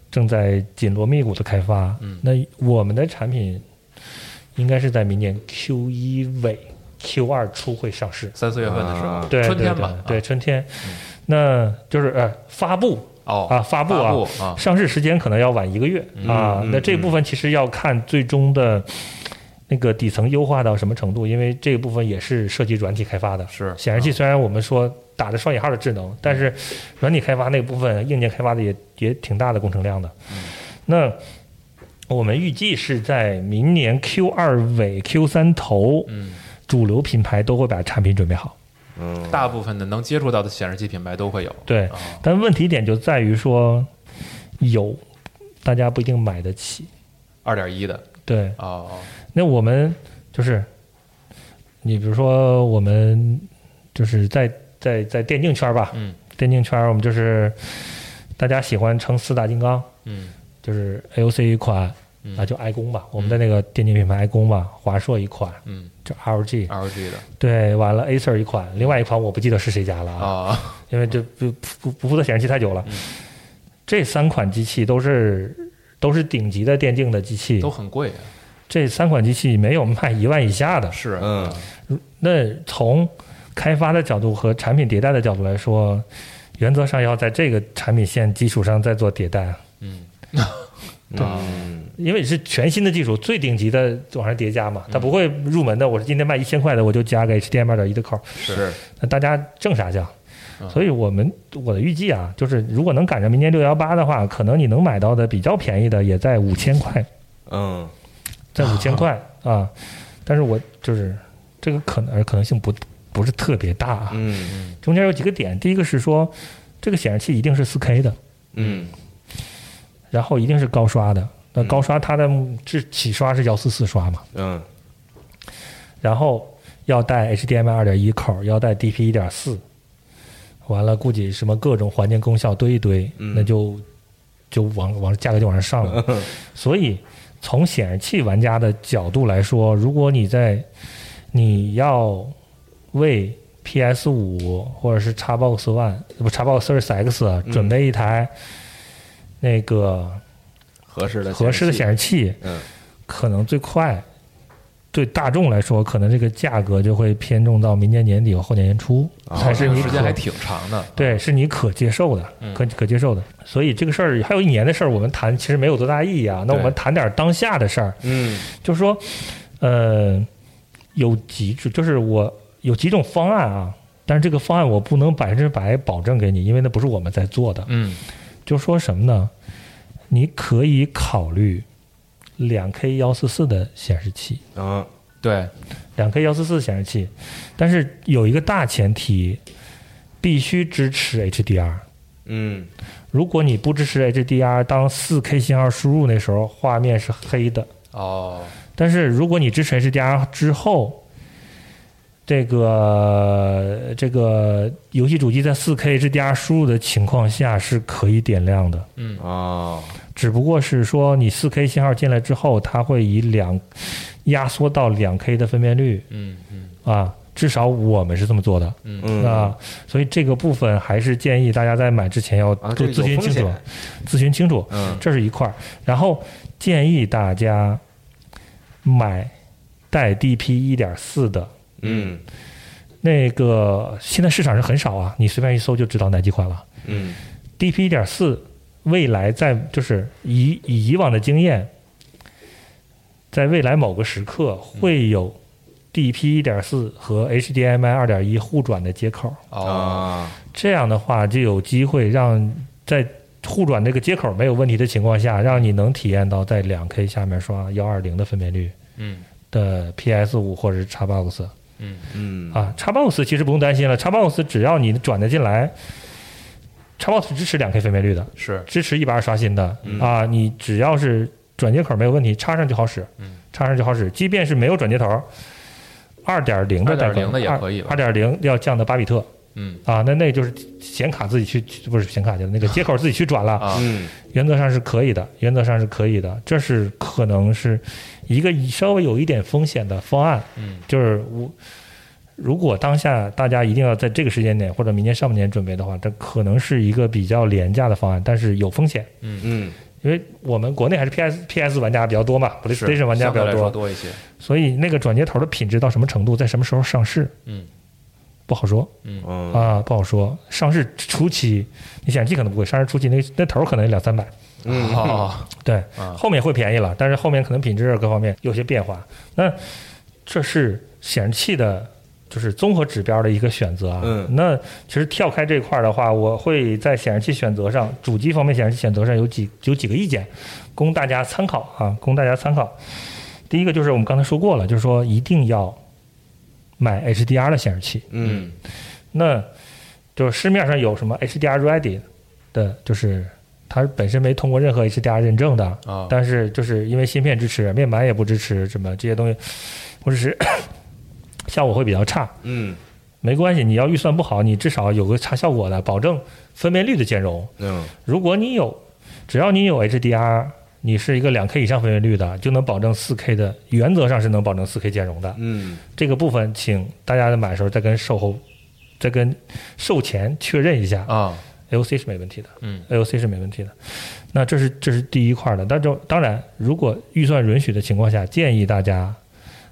正在紧锣密鼓的开发。
嗯
那我们的产品应该是在明年 Q 一尾、Q 二初会上市。
三四月份的时候
啊，
对，
春天
对
吧
对，
啊
对春天，那就是呃发布
哦
啊，发布啊，
发布啊，
上市时间可能要晚一个月、啊
嗯。
那这部分其实要看最终的那个底层优化到什么程度，因为这部分也是涉及软体开发的。
啊
是
显示器虽然我们说打着双引号的智
嗯
能，但是软体开发那部分硬件开发的也也挺大的工程量的。
嗯
那我们预计是在明年 Q 二尾、Q 三头，
嗯，
主流品牌都会把产品准备好。
嗯，
大部分的能接触到的显示器品牌都会有。
对，
啊
哦
但问题点就在于说，有大家不一定买得起。
二点一的
对，
哦，
那我们就是，你比如说我们就是在在在电竞圈儿吧，
嗯
电竞圈儿我们就是大家喜欢称四大金刚，
嗯
就是 AOC 一款
嗯
啊，就 i 工吧，我们的那个电竞品牌 i 工吧，华硕一款，
嗯
就 ROG，
，LG 的
对，完了 Acer 一款，另外一款我不记得是谁家了啊，
啊，嗯
因为这不不不负责显示器太久了，这三款机器都是。都是顶级的电竞的机器
都，很贵啊，
这三款机器没有卖一万以下的，
是
嗯
那从开发的角度和产品迭代的角度来说，原则上要在这个产品线基础上再做迭代，啊
嗯
嗯
因为是全新的技术，最顶级的往上叠加嘛，它不会入门的。我是今天卖一千块的，我就加个 HDMI 二点一的口儿，
是
那大家挣啥价？所以我们我的预计啊，就是如果能赶上明年六幺八的话，可能你能买到的比较便宜的也在五千块，
嗯
在五千块啊。但是我就是这个可能可能性不不是特别大啊。
嗯
中间有几个点，第一个是说，这个显示器一定是 4K 的，
嗯
然后一定是高刷的。那高刷它的是起刷是幺四四刷嘛，
嗯
然后要带 HDMI 二点一口，要带 DP 一点四，完了估计什么各种环境功效堆一堆，
嗯
那就就往往价格就往上上了。所以从显示器玩家的角度来说，如果你在你要为 PS 五或者是 Xbox One 呃不 Xbox Series X 啊准备一台那个
合适的
合适的显
示器
示器，
嗯
可能最快对大众来说，可能这个价格就会偏重到明年年底和后年年初，才是
这个
你
哦时间
可
还挺长的。
对，是你可接受的，可可接受的。所以这个事儿还有一年的事儿，我们谈其实没有多大意义啊。那我们
对
谈点当下的事儿，
嗯
就是说，呃，有几种，就是我有几种方案啊，但是这个方案我不能百分之百保证给你，因为那不是我们在做的。
嗯
就说什么呢？你可以考虑两 K 幺四四的显示器，
嗯，
对，
两 K 幺四四显示器，但是有一个大前提，必须支持 HDR。
嗯，
如果你不支持 HDR，当 4K 信号输入那时候，画面是黑的。
哦，
但是如果你支持 HDR 之后，这个这个游戏主机在 4K HDR 输入的情况下是可以点亮的，
嗯
哦，
只不过是说你 4K 信号进来之后，它会以两压缩到 2K 的分辨率
嗯嗯
啊，至少我们是这么做的。
嗯
啊，所以这个部分还是建议大家在买之前要
啊
多
这个
咨询
有
清
风
楚，
险
咨询清楚，
嗯
这是一块儿。然后建议大家买带 DP 一点四的。
嗯
那个现在市场上很少啊，你随便一搜就知道哪几款了。
嗯
DP 一点四未来在就是以以以往的经验，在未来某个时刻会有 DP 一点四和 HDMI 二点一互转的接口。
哦
啊，
这样的话就有机会让在互转这个接口没有问题的情况下，让你能体验到在两 K 下面刷幺二零的分辨率
嗯
的 PS 五或者是 Xbox
嗯
嗯
啊，Xbox 其实不用担心了，Xbox 只要你转得进来，Xbox 支持两 K 分辨率的，
是
支持一百二刷新的、
嗯
啊，你只要是转接口没有问题，插上就好使，
嗯
插上就好使，即便是没有转接头。二点零的
2.0的也可以吧
二点零要降到八比特，
嗯
啊，那那就是显卡自己去，不是显卡去了，那 个接口自己去转了。
啊
嗯
原则上是可以的，原则上是可以的。这是可能是一个稍微有一点风险的方案，
嗯
就是我如果当下大家一定要在这个时间点或者明年上半年准备的话，这可能是一个比较廉价的方案，但是有风险，
嗯
因为我们国内还是 PS PS 玩家比较多嘛
是
，PlayStation 玩家
相
比
对
较
来
多
说，多一些，
所以那个转接头的品质到什么程度，在什么时候上市，
嗯
不好说。
嗯
啊，不好说。上市初期，你显示器可能不贵，上市初期那那头儿可能两三百，
嗯
哦
对，
啊
后面会便宜了，但是后面可能品质各方面有些变化。那这是显示器的，就是综合指标的一个选择啊。
嗯
那其实跳开这块儿的话，我会在显示器选择上，主机方面显示器选择上有几有几个意见，供大家参考啊，供大家参考。第一个就是我们刚才说过了，就是说一定要买 HDR 的显示器。
嗯
那就是市面上有什么 HDR Ready 的，就是它本身没通过任何 HDR 认证的，
啊
但是就是因为芯片支持，面板也不支持，什么这些东西，或者是 效果会比较差。
嗯
没关系，你要预算不好，你至少有个差效果的，保证分辨率的兼容。
嗯
如果你有，只要你有 HDR，你是一个两 K 以上分辨率的，就能保证四 K 的，原则上是能保证四 K 兼容的。
嗯
这个部分，请大家在买的时候再跟售后、再跟售前确认一下
啊
，AOC 是没问题的
嗯
，AOC 是没问题的。那这是这是第一块的，但就当然，如果预算允许的情况下，建议大家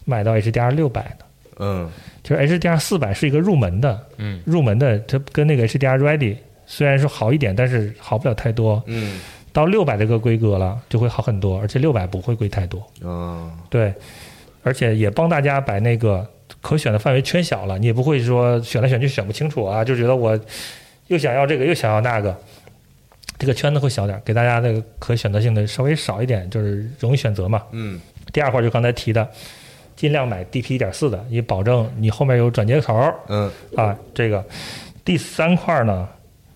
买到 HDR 六百的，
嗯
其实 HDR 四百是一个入门的，
嗯
入门的它跟那个 HDR Ready 虽然说好一点，但是好不了太多。
嗯
到六百这个规格了，就会好很多，而且六百不会贵太多。
啊
对，而且也帮大家把那个可选的范围圈小了，你也不会说选来选去选不清楚啊，就觉得我又想要这个又想要那个，这个圈子会小点儿，给大家那个可选择性的稍微少一点，就是容易选择嘛。
嗯
第二块就刚才提的，尽量买 DP 一点四的，以保证你后面有转接头儿
嗯
啊。这个第三块呢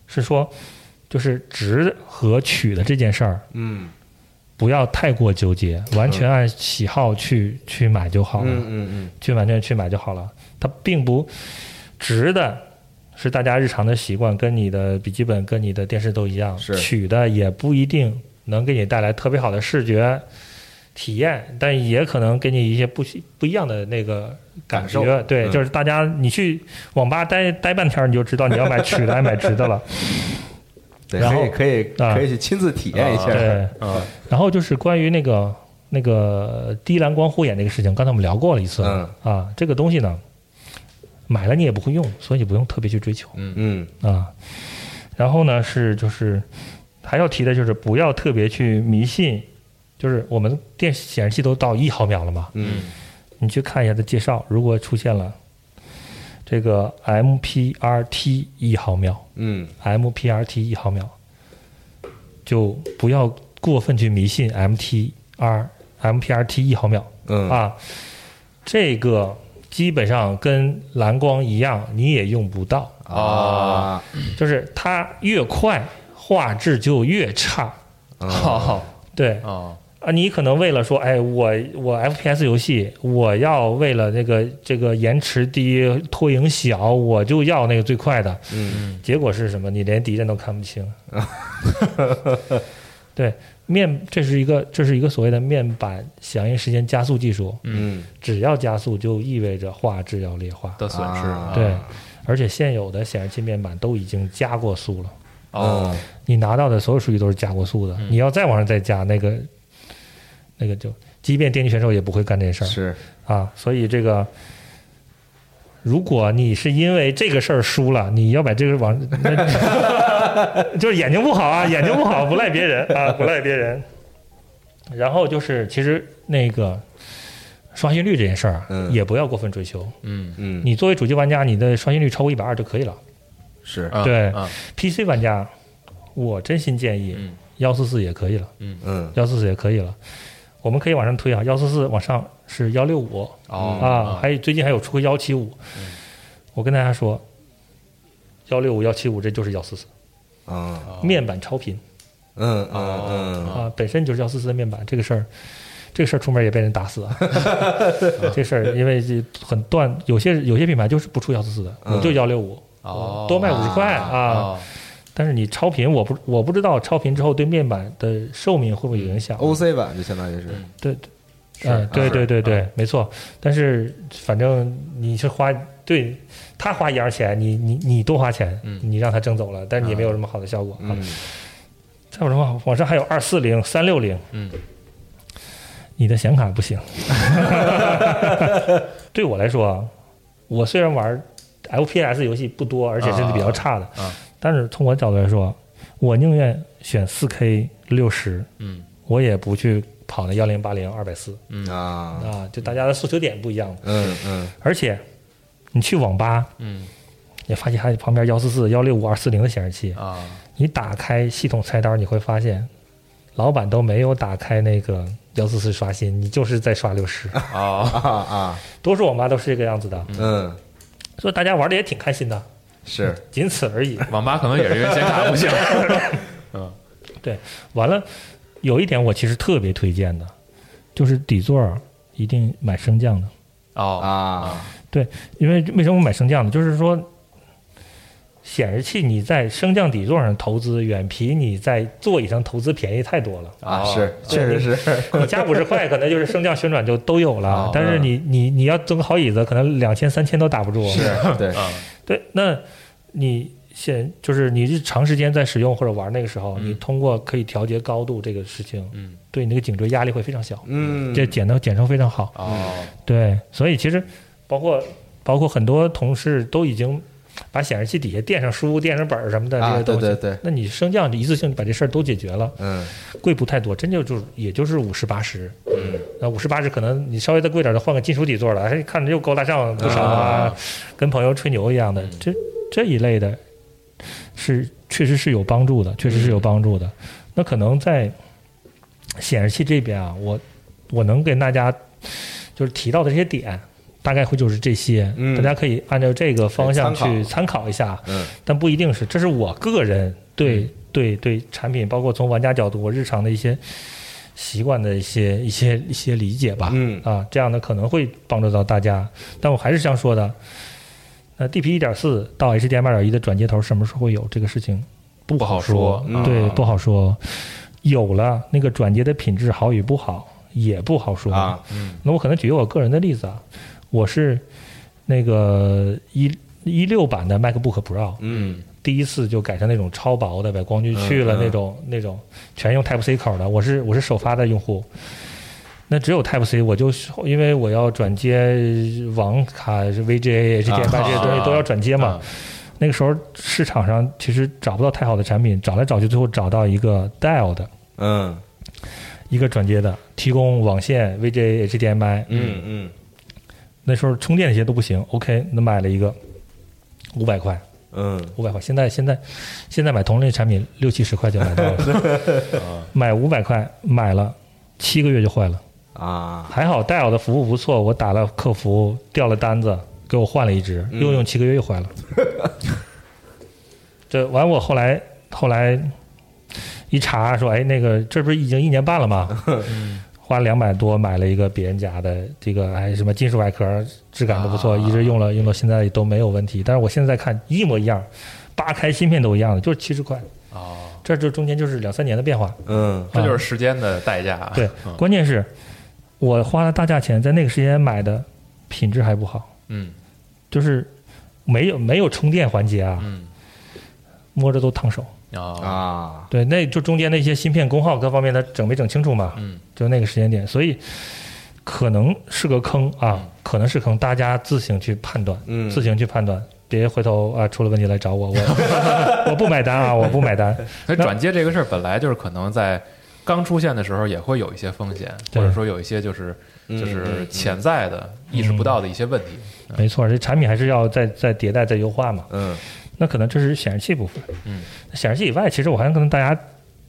是说，就是值和取的这件事儿，
嗯
不要太过纠结，完全按喜好去、去买就好了，
嗯嗯
去完全去买就好了。它并不值的，是大家日常的习惯，跟你的笔记本、跟你的电视都一样。
是
取的也不一定能给你带来特别好的视觉体验，但也可能给你一些不不一样的那个感觉。
感受
对，
嗯
就是大家你去网吧待待半天，你就知道你要买曲的还是买直 的了。
对，可以可以可以去亲自体验一下，
啊对，
哦
嗯
然后就是关于那个那个低蓝光护眼这个事情，刚才我们聊过了一次了，啊，这个东西呢，买了你也不会用，所以你不用特别去追求
嗯
啊。然后呢是就是还要提的就是不要特别去迷信，就是我们电视显示器都到一毫秒了嘛，
嗯
你去看一下它介绍，如果出现了这个 MPRT 一毫秒。
嗯
MPRT 一毫秒，就不要过分去迷信 MTR MPRT 一毫秒
嗯
啊，这个基本上跟蓝光一样，你也用不到，
啊
就是它越快画质就越差，
哦好
对。
啊，
啊，你可能为了说，哎，我我 FPS 游戏，我要为了这个这个延迟低、拖影小，我就要那个最快的。
嗯，
结果是什么？你连敌人都看不清。 对面，这是一个这是一个所谓的面板响应时间加速技术，
嗯
只要加速就意味着画质要劣化。
的损失啊
啊
对，而且现有的显示器面板都已经加过速了，
嗯
哦，
你拿到的所有数据都是加过速的，
嗯
你要再往上再加那个那个就，即便电竞选手也不会干这事儿。
是
啊，所以这个，如果你是因为这个事儿输了，你要把这个往，那 就是眼睛不好啊，眼睛不好不赖别人啊，不赖别人。然后就是，其实那个刷新率这件事儿啊，
嗯
也不要过分追求。
嗯
嗯
你作为主机玩家，你的刷新率超过一百二就可以了。
是
啊
对
啊
PC 玩家，我真心建议
嗯
幺四四也可以了，
嗯
幺四四也可以了。我们可以往上推啊，幺四四往上是幺六五，
嗯
哦嗯
啊，还有最近还有出个幺七五，我跟大家说，幺六五、幺七五这就是幺四四
啊
哦
面板超频
嗯嗯
啊，本身就是幺四四的面板，这个事儿，这个事儿出门也被人打 死啊，这事儿因为这很断，有些有些品牌就是不出幺四四的，
嗯
我就幺六五，
哦
多卖五十块啊，
哦
但是你超频，我不我不知道超频之后对面板的寿命会不会有影响
嗯，OC
哦
版就相当于是
对，嗯，对对对对，没错。但是反正你是花对他花一样钱，你你你多花钱，
嗯
你让他挣走了，但是你没有什么好的效果。啊
嗯
再有什么往上还有二四零、三六零，
嗯，
你的显卡不行。对我来说，啊，我虽然玩 FPS 游戏不多，而且甚至比较差的，
啊
但是从我角度来说，我宁愿选四 K 六十，
嗯
我也不去跑那幺零八零二百四。
嗯
啊
啊，就大家的诉求点不一样嘛。
嗯嗯
而且你去网吧，
嗯
你发现还有旁边幺四四、幺六五、二四零的显示器，
啊
你打开系统菜单，你会发现老板都没有打开那个幺四四刷新，你就是在刷六十。
啊
啊啊
多数网吧都是这个样子的，
嗯
所以大家玩的也挺开心的，
是
仅此而已。
网吧可能也是因为显卡 不行，
完了，有一点我其实特别推荐的，就是底座儿一定买升降的。
哦
啊
因为为什么我买升降呢？就是说，显示器你在升降底座上投资，远比你在座椅上投资便宜太多了。
啊
哦
是确实是
你加五十块，可能就是升降旋转就都有
哦
了，但是你你你要整个好椅子，可能两千三千都打不住。
嗯是对
啊
对，那你现就是你是长时间在使用或者玩那个时候，
嗯
你通过可以调节高度这个事情，
嗯
对你那个颈椎压力会非常小，
嗯
这减到减成非常好。
哦
对，所以其实包括包括很多同事都已经把显示器底下垫上书、垫上本儿什么的这
啊
些东
对
西。
对对
那你升降就一次性把这事儿都解决了，
嗯
贵不太多，真就就是也就是五十八十，
嗯
那五十八十可能你稍微再贵点的换个金属底座了，哎，看着又高大上不少啊
啊，
跟朋友吹牛
嗯
一样的，这这一类的是确实是有帮助
嗯
的，确实是有帮助的。那可能在显示器这边啊，我我能跟大家就是提到的这些点。大概会就是这些，
嗯
大家可以按照这个方向
参
去
考
参考一下，
嗯
但不一定是。这是我个人对、对对产品，包括从玩家角度，我日常的一些习惯的一些一些一些理解吧。
嗯
啊，这样呢可能会帮助到大家。但我还是想说的，那 DP 一点四到 HDMI 二点一的转接头什么时候会有这个事情不
不好
说
说，啊
嗯
对，不好说。有了那个转接的品质好与不好也不好说
啊
嗯
那我可能举我个人的例子啊，我是那个一一六版的 MacBook Pro，
嗯
第一次就改成那种超薄的，把光驱去
嗯
了
嗯
那种、那种全用 Type C 口的。我是我是首发的用户，那只有 Type C，我就因为我要转接网卡、VGA、HDMI、
啊
这些东西都要转接嘛。
啊
那个时候市场上其实找不到太好的产品，找来找去，最后找到一个 Dell 的
嗯
一个转接的，提供网线、VGA、HDMI。
嗯嗯
那时候充电那些都不行，OK，那买了一个，五百块，
嗯，
五百块。现在现在现在买同类产品六七十块就买到了，买五百块买了七个月就坏了。
啊，
还好戴尔的服务不错，我打了客服调了单子，给我换了一只，
嗯
又用七个月又 坏了。这完我后来后来一查说，哎，那个这不是已经一年半了吗？
嗯
花两百多买了一个别人家的这个，哎，什么金属外壳，质感都不错，
啊
一直用了用到现在都没有问题。但是我现在看一模一样，扒开芯片都一样的，就是七十块。
哦，
这就中间就是两三年的变化。
嗯
这就是时间的代价。
对，
嗯
关键是我花了大价钱在那个时间买的，品质还不好，
嗯
就是没有没有充电环节啊，
嗯
摸着都烫手。
啊
啊，
对，那就中间那些芯片功耗各方面，它整没整清楚嘛？
嗯，
就那个时间点，所以可能是个坑啊，
嗯
可能是坑，大家自行去判断，
嗯
自行去判断，别回头啊出了问题来找我，我 我不买单啊，我不买单。
所以转接这个事儿本来就是可能在刚出现的时候也会有一些风险，或
对
者说有一些就是就
嗯
是
嗯
潜在的意识不到的一些问题。嗯
没错，这产品还是要再再迭代再优化嘛。
嗯
那可能这是显示器部分。
嗯，
显示器以外，其实我还想跟大家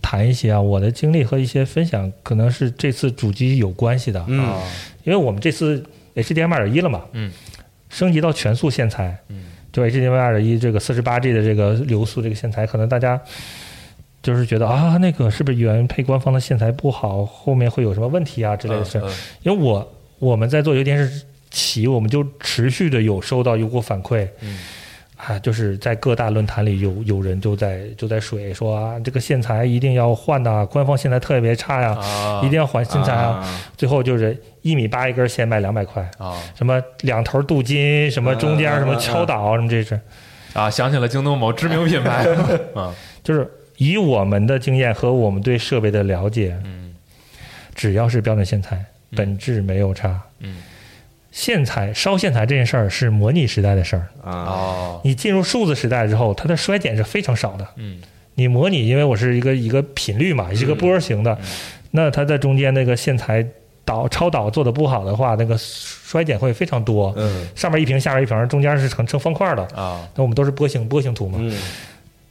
谈一些啊，我的经历和一些分享，可能是这次主机有关系的。
嗯
啊
因为我们这次 HDMI 二点一了嘛，
嗯，
升级到全速线材，
嗯，
就 HDMI 二点一这个四十八 G 的这个流速这个线材，可能大家就是觉得啊，那个是不是原配官方的线材不好，后面会有什么问题啊之类的事儿？
嗯嗯
因为我我们在做游戏电视企，我们就持续的有收到用户反馈，
嗯
啊，就是在各大论坛里有有人就在就在水说啊，这个线材一定要换呐，官方线材特别差呀，
啊
一定要换线材啊。
啊
最后就是一米八一根线卖两百块，
啊
什么两头镀金，什么中间
嗯嗯
什么
嗯
敲倒，什么这是，
啊！想起了京东某知名品 牌。嗯
就是以我们的经验和我们对设备的了解，
嗯
只要是标准线材，
嗯
本质没有差。
嗯
线材烧线材这件事儿是模拟时代的事儿，
啊，
哦
你进入数字时代之后，它的衰减是非常少的。
嗯
你模拟，因为我是一个一个频率
嗯
嘛，也是一个波形的，那它在中间那个线材导超导做的不好的话，那个衰减会非常多。
嗯
上面一屏，下面一屏，中间是成成方块的。
啊
那我们都是波形波形图嘛，
嗯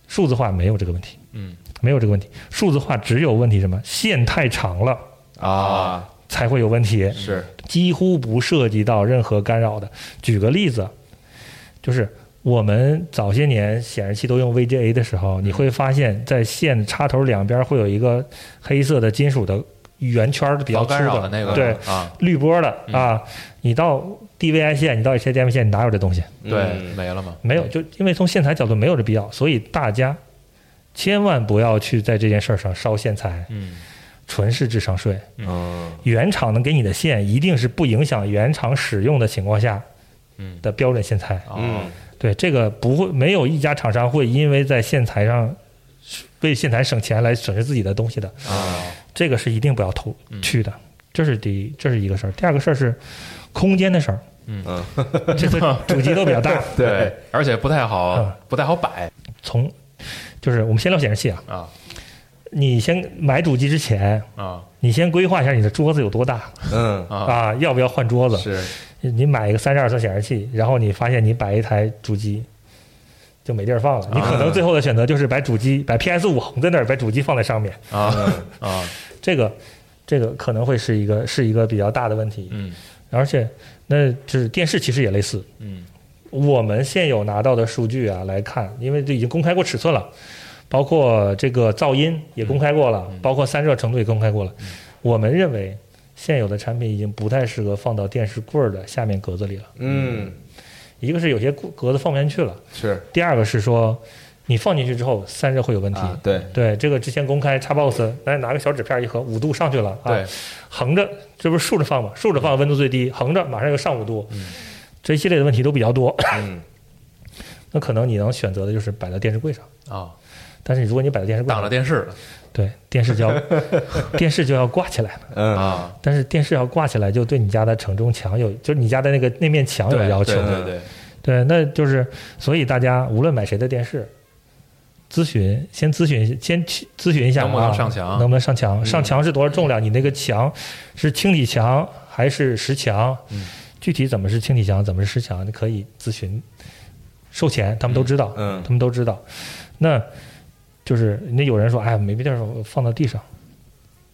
数字化没有这个问题，
嗯
没有这个问题。数字化只有问题什么？线太长了
哦
啊，
才会有问题，
是
嗯
几乎不涉及到任何干扰的。举个例子，就是我们早些年显示器都用 VGA 的时候，你会发现在线插头两边会有一个黑色的金属的圆圈儿比较
防干
粗
扰的那个
对，
啊
滤波的
嗯
啊。你到 DVI 线，你到 HDMI 线，你哪有这东西？
嗯
嗯
对没了嘛
没有，就因为从线材角度没有这必要，所以大家千万不要去在这件事儿上烧线材，
嗯
纯是智商税。
嗯
原厂能给你的线一定是不影响原厂使用的情况下
嗯
的标准线材。
哦
嗯
对，这个不会没有一家厂商会因为在线材上为线材省钱来损失自己的东西的，
啊
这个是一定不要投
嗯
去的。这是第一，这是一个事儿。第二个事儿是空间的事儿，
嗯，
这次主机都比较大，
对，，
而且不太好
嗯
不太好摆
从就是我们先聊显示器啊，
啊
你先买主机之前，
啊
你先规划一下你的桌子有多大
嗯
啊
啊，要不要换桌子？
是
你买一个三十二寸显示器，然后你发现你摆一台主机就没地儿放了，你可能最后的选择就是把主机把 PS 五横在那儿，把主机放在上面，
啊
嗯
啊
这个这个可能会是一个是一个比较大的问题。
嗯
而且，那就是电视其实也类似，
嗯
我们现有拿到的数据啊来看，因为这已经公开过尺寸了，包括这个噪音也公开过了，包括散热程度也公开过了。我们认为现有的产品已经不太适合放到电视柜儿的下面格子里了。
嗯
一个是有些格格子放不进去了，
是
第二个是说你放进去之后散热会有问题。
啊，对，
对，这个之前公开 Xbox，来拿个小纸片一合，五度上去了啊，
对
横着这不是竖着放吗？竖着放温度最低，横着马上又上五度，
嗯
这一系列的问题都比较多。
嗯
那可能你能选择的就是摆到电视柜上，
啊
但是如果你摆到电视柜
挡
上，
着电视了
对电视就 要电视就要挂起来了。
嗯
啊
但是电视要挂起来，就对你家的承重墙有，就是你家的那个那面墙有
对
要求。
对对对
对，那就是所以大家无论买谁的电视，咨询先咨询先去咨询一下、啊，
能不能上墙嗯
能不能上墙？上墙是多少重量？你那个墙是轻体墙还是实墙？
嗯
具体怎么是轻体墙，怎么是实墙？你可以咨询收钱，他们都知道，
嗯
他们都知道。那就是那有人说，哎，没地儿放到地上，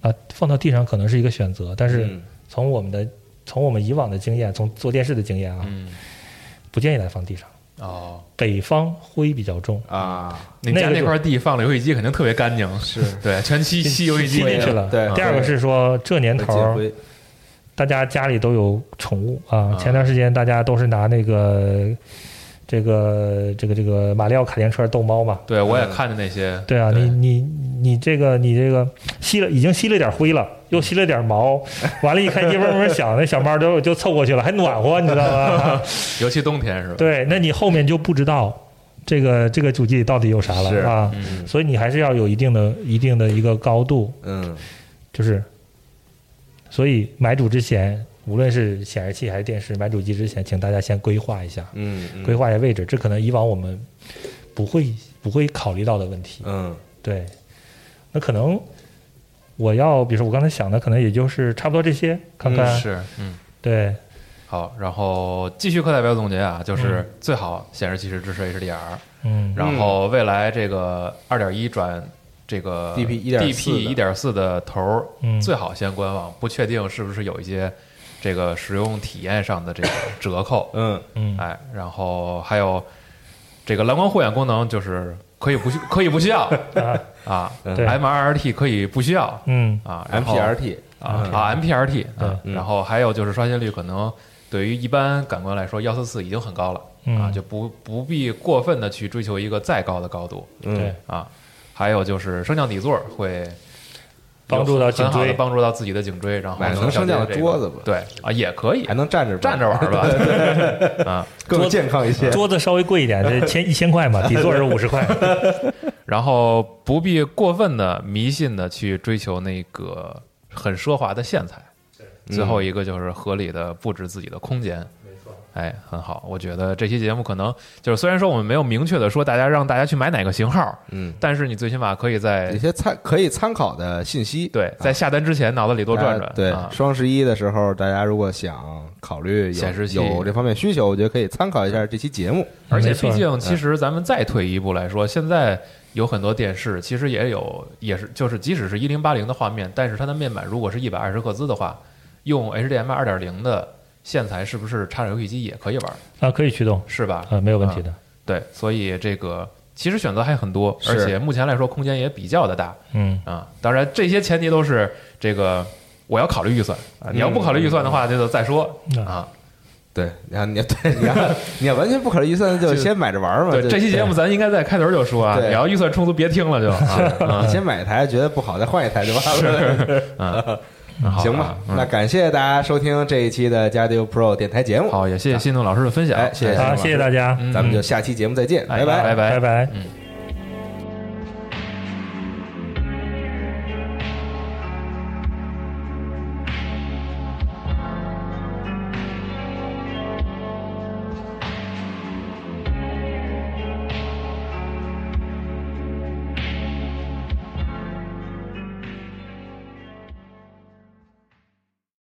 啊，放到地上可能是一个选择，但是
嗯
从我们的从我们以往的经验，从做电视的经验啊，
嗯，
不建议来放地上。
哦，
北方灰比较重，
啊，
你们家
那个
那
就
块地放了游戏机，肯定特别干净，
是
对，全吸吸游戏机
进
里
对
进去
了。
了。
对
第二个是说这年
会
头
结
儿
灰
大家家里都有宠物啊
啊。
前段时间大家都是拿那个这个这个这个马里奥卡丁车逗猫嘛。
对，我也看见那些。
嗯对啊，
对
你你你这个你这个吸了已经吸了点灰了，又吸了 点毛，完了，一看一嗡嗡响，那小猫都就凑过去了，还暖和，你知道 吗？
尤其冬天是吧？，
对，那你后面就不知道这个这个主机里到底有啥
是
了啊，
嗯
所以你还是要有一定的一定的一个高度，
嗯
就是，所以买主之前，无论是显示器还是电视，买主机之前，请大家先规划一下，
嗯嗯
规划一下位置，这可能以往我们不会不会考虑到的问题。
嗯
对，那可能我要，比如说我刚才想的，可能也就是差不多这些，看看、
是，嗯。
对
好，然后继续课代表总结啊，就是最好显示器是支持 HDR，、
嗯，
然后未来这个二点一转这个
DP 1.4
DP 一点四的头儿，
嗯
最好先观望，不确定是不是有一些这个使用体验上的这个折扣，
嗯
嗯
哎，然后还有这个蓝光护眼功能就是可以不需可以不需要 啊
嗯
，MRT 可以不需要
嗯
啊然后
，MPRT
啊
嗯
啊 MPRT 啊，
对
然后还有就是刷新率可能对于一般感官来说，幺四四已经很高了啊，
嗯
就不不必过分的去追求一个再高的高度
对
嗯，
啊。还有就是升降底座会
帮助到颈
很好地
椎，
帮助到自己的颈椎，然后
买能升降的桌子吧
对啊也可以
还能站着吧
站着玩儿吧啊。
更健康一些。
桌子稍微贵一点，这千一千块嘛，底座是五十块，
然后不必过分的迷信的去追求那个很奢华的线材。最后一个就是合理的布置自己的空间。没错，哎，很好。我觉得这期节目可能就是虽然说我们没有明确的说大家让大家去买哪个型号，
嗯，
但是你最起码可以
有
在
些参可以参考的信息，
对在下单之前脑子里多转
大家
转。
哎对
啊，
双十一的时候，大家如果想考虑有
显示器
有这方面需求，我觉得可以参考一下这期节目。
而且
没错
毕竟，其实咱们再退一步来说，现在有很多电视其实也有，也是就是即使是一零八零的画面，但是它的面板如果是一百二十赫兹的话，用 HDMI 二点零的线材是不是插上游戏机也可以玩？
啊，可以驱动，
是吧？
啊，没有问题的，
对，所以这个其实选择还很多，
是
而且目前来说空间也比较的大
嗯。
啊。当然，这些前提都是这个我要考虑预算啊，你要不考虑预算的话，这就再说
嗯
啊。
对，你看，你 对，你看，你要完全不考虑预算，
就
就先买着玩儿嘛。
对，
就
这期节目咱应该在开头就说啊，
嗯对
你要预算充足别听了就啊
你先买一台，觉得不好再换一台就完了。
啊，嗯好
行
啊
吧，
嗯
那感谢大家收听这一期的《加迪 Pro》电台节目，
好，也谢谢新东老师的分享，
啊哎谢谢
好，谢谢大家，
嗯
咱们就下期节目再见，
哎
拜
拜拜
拜拜。
嗯。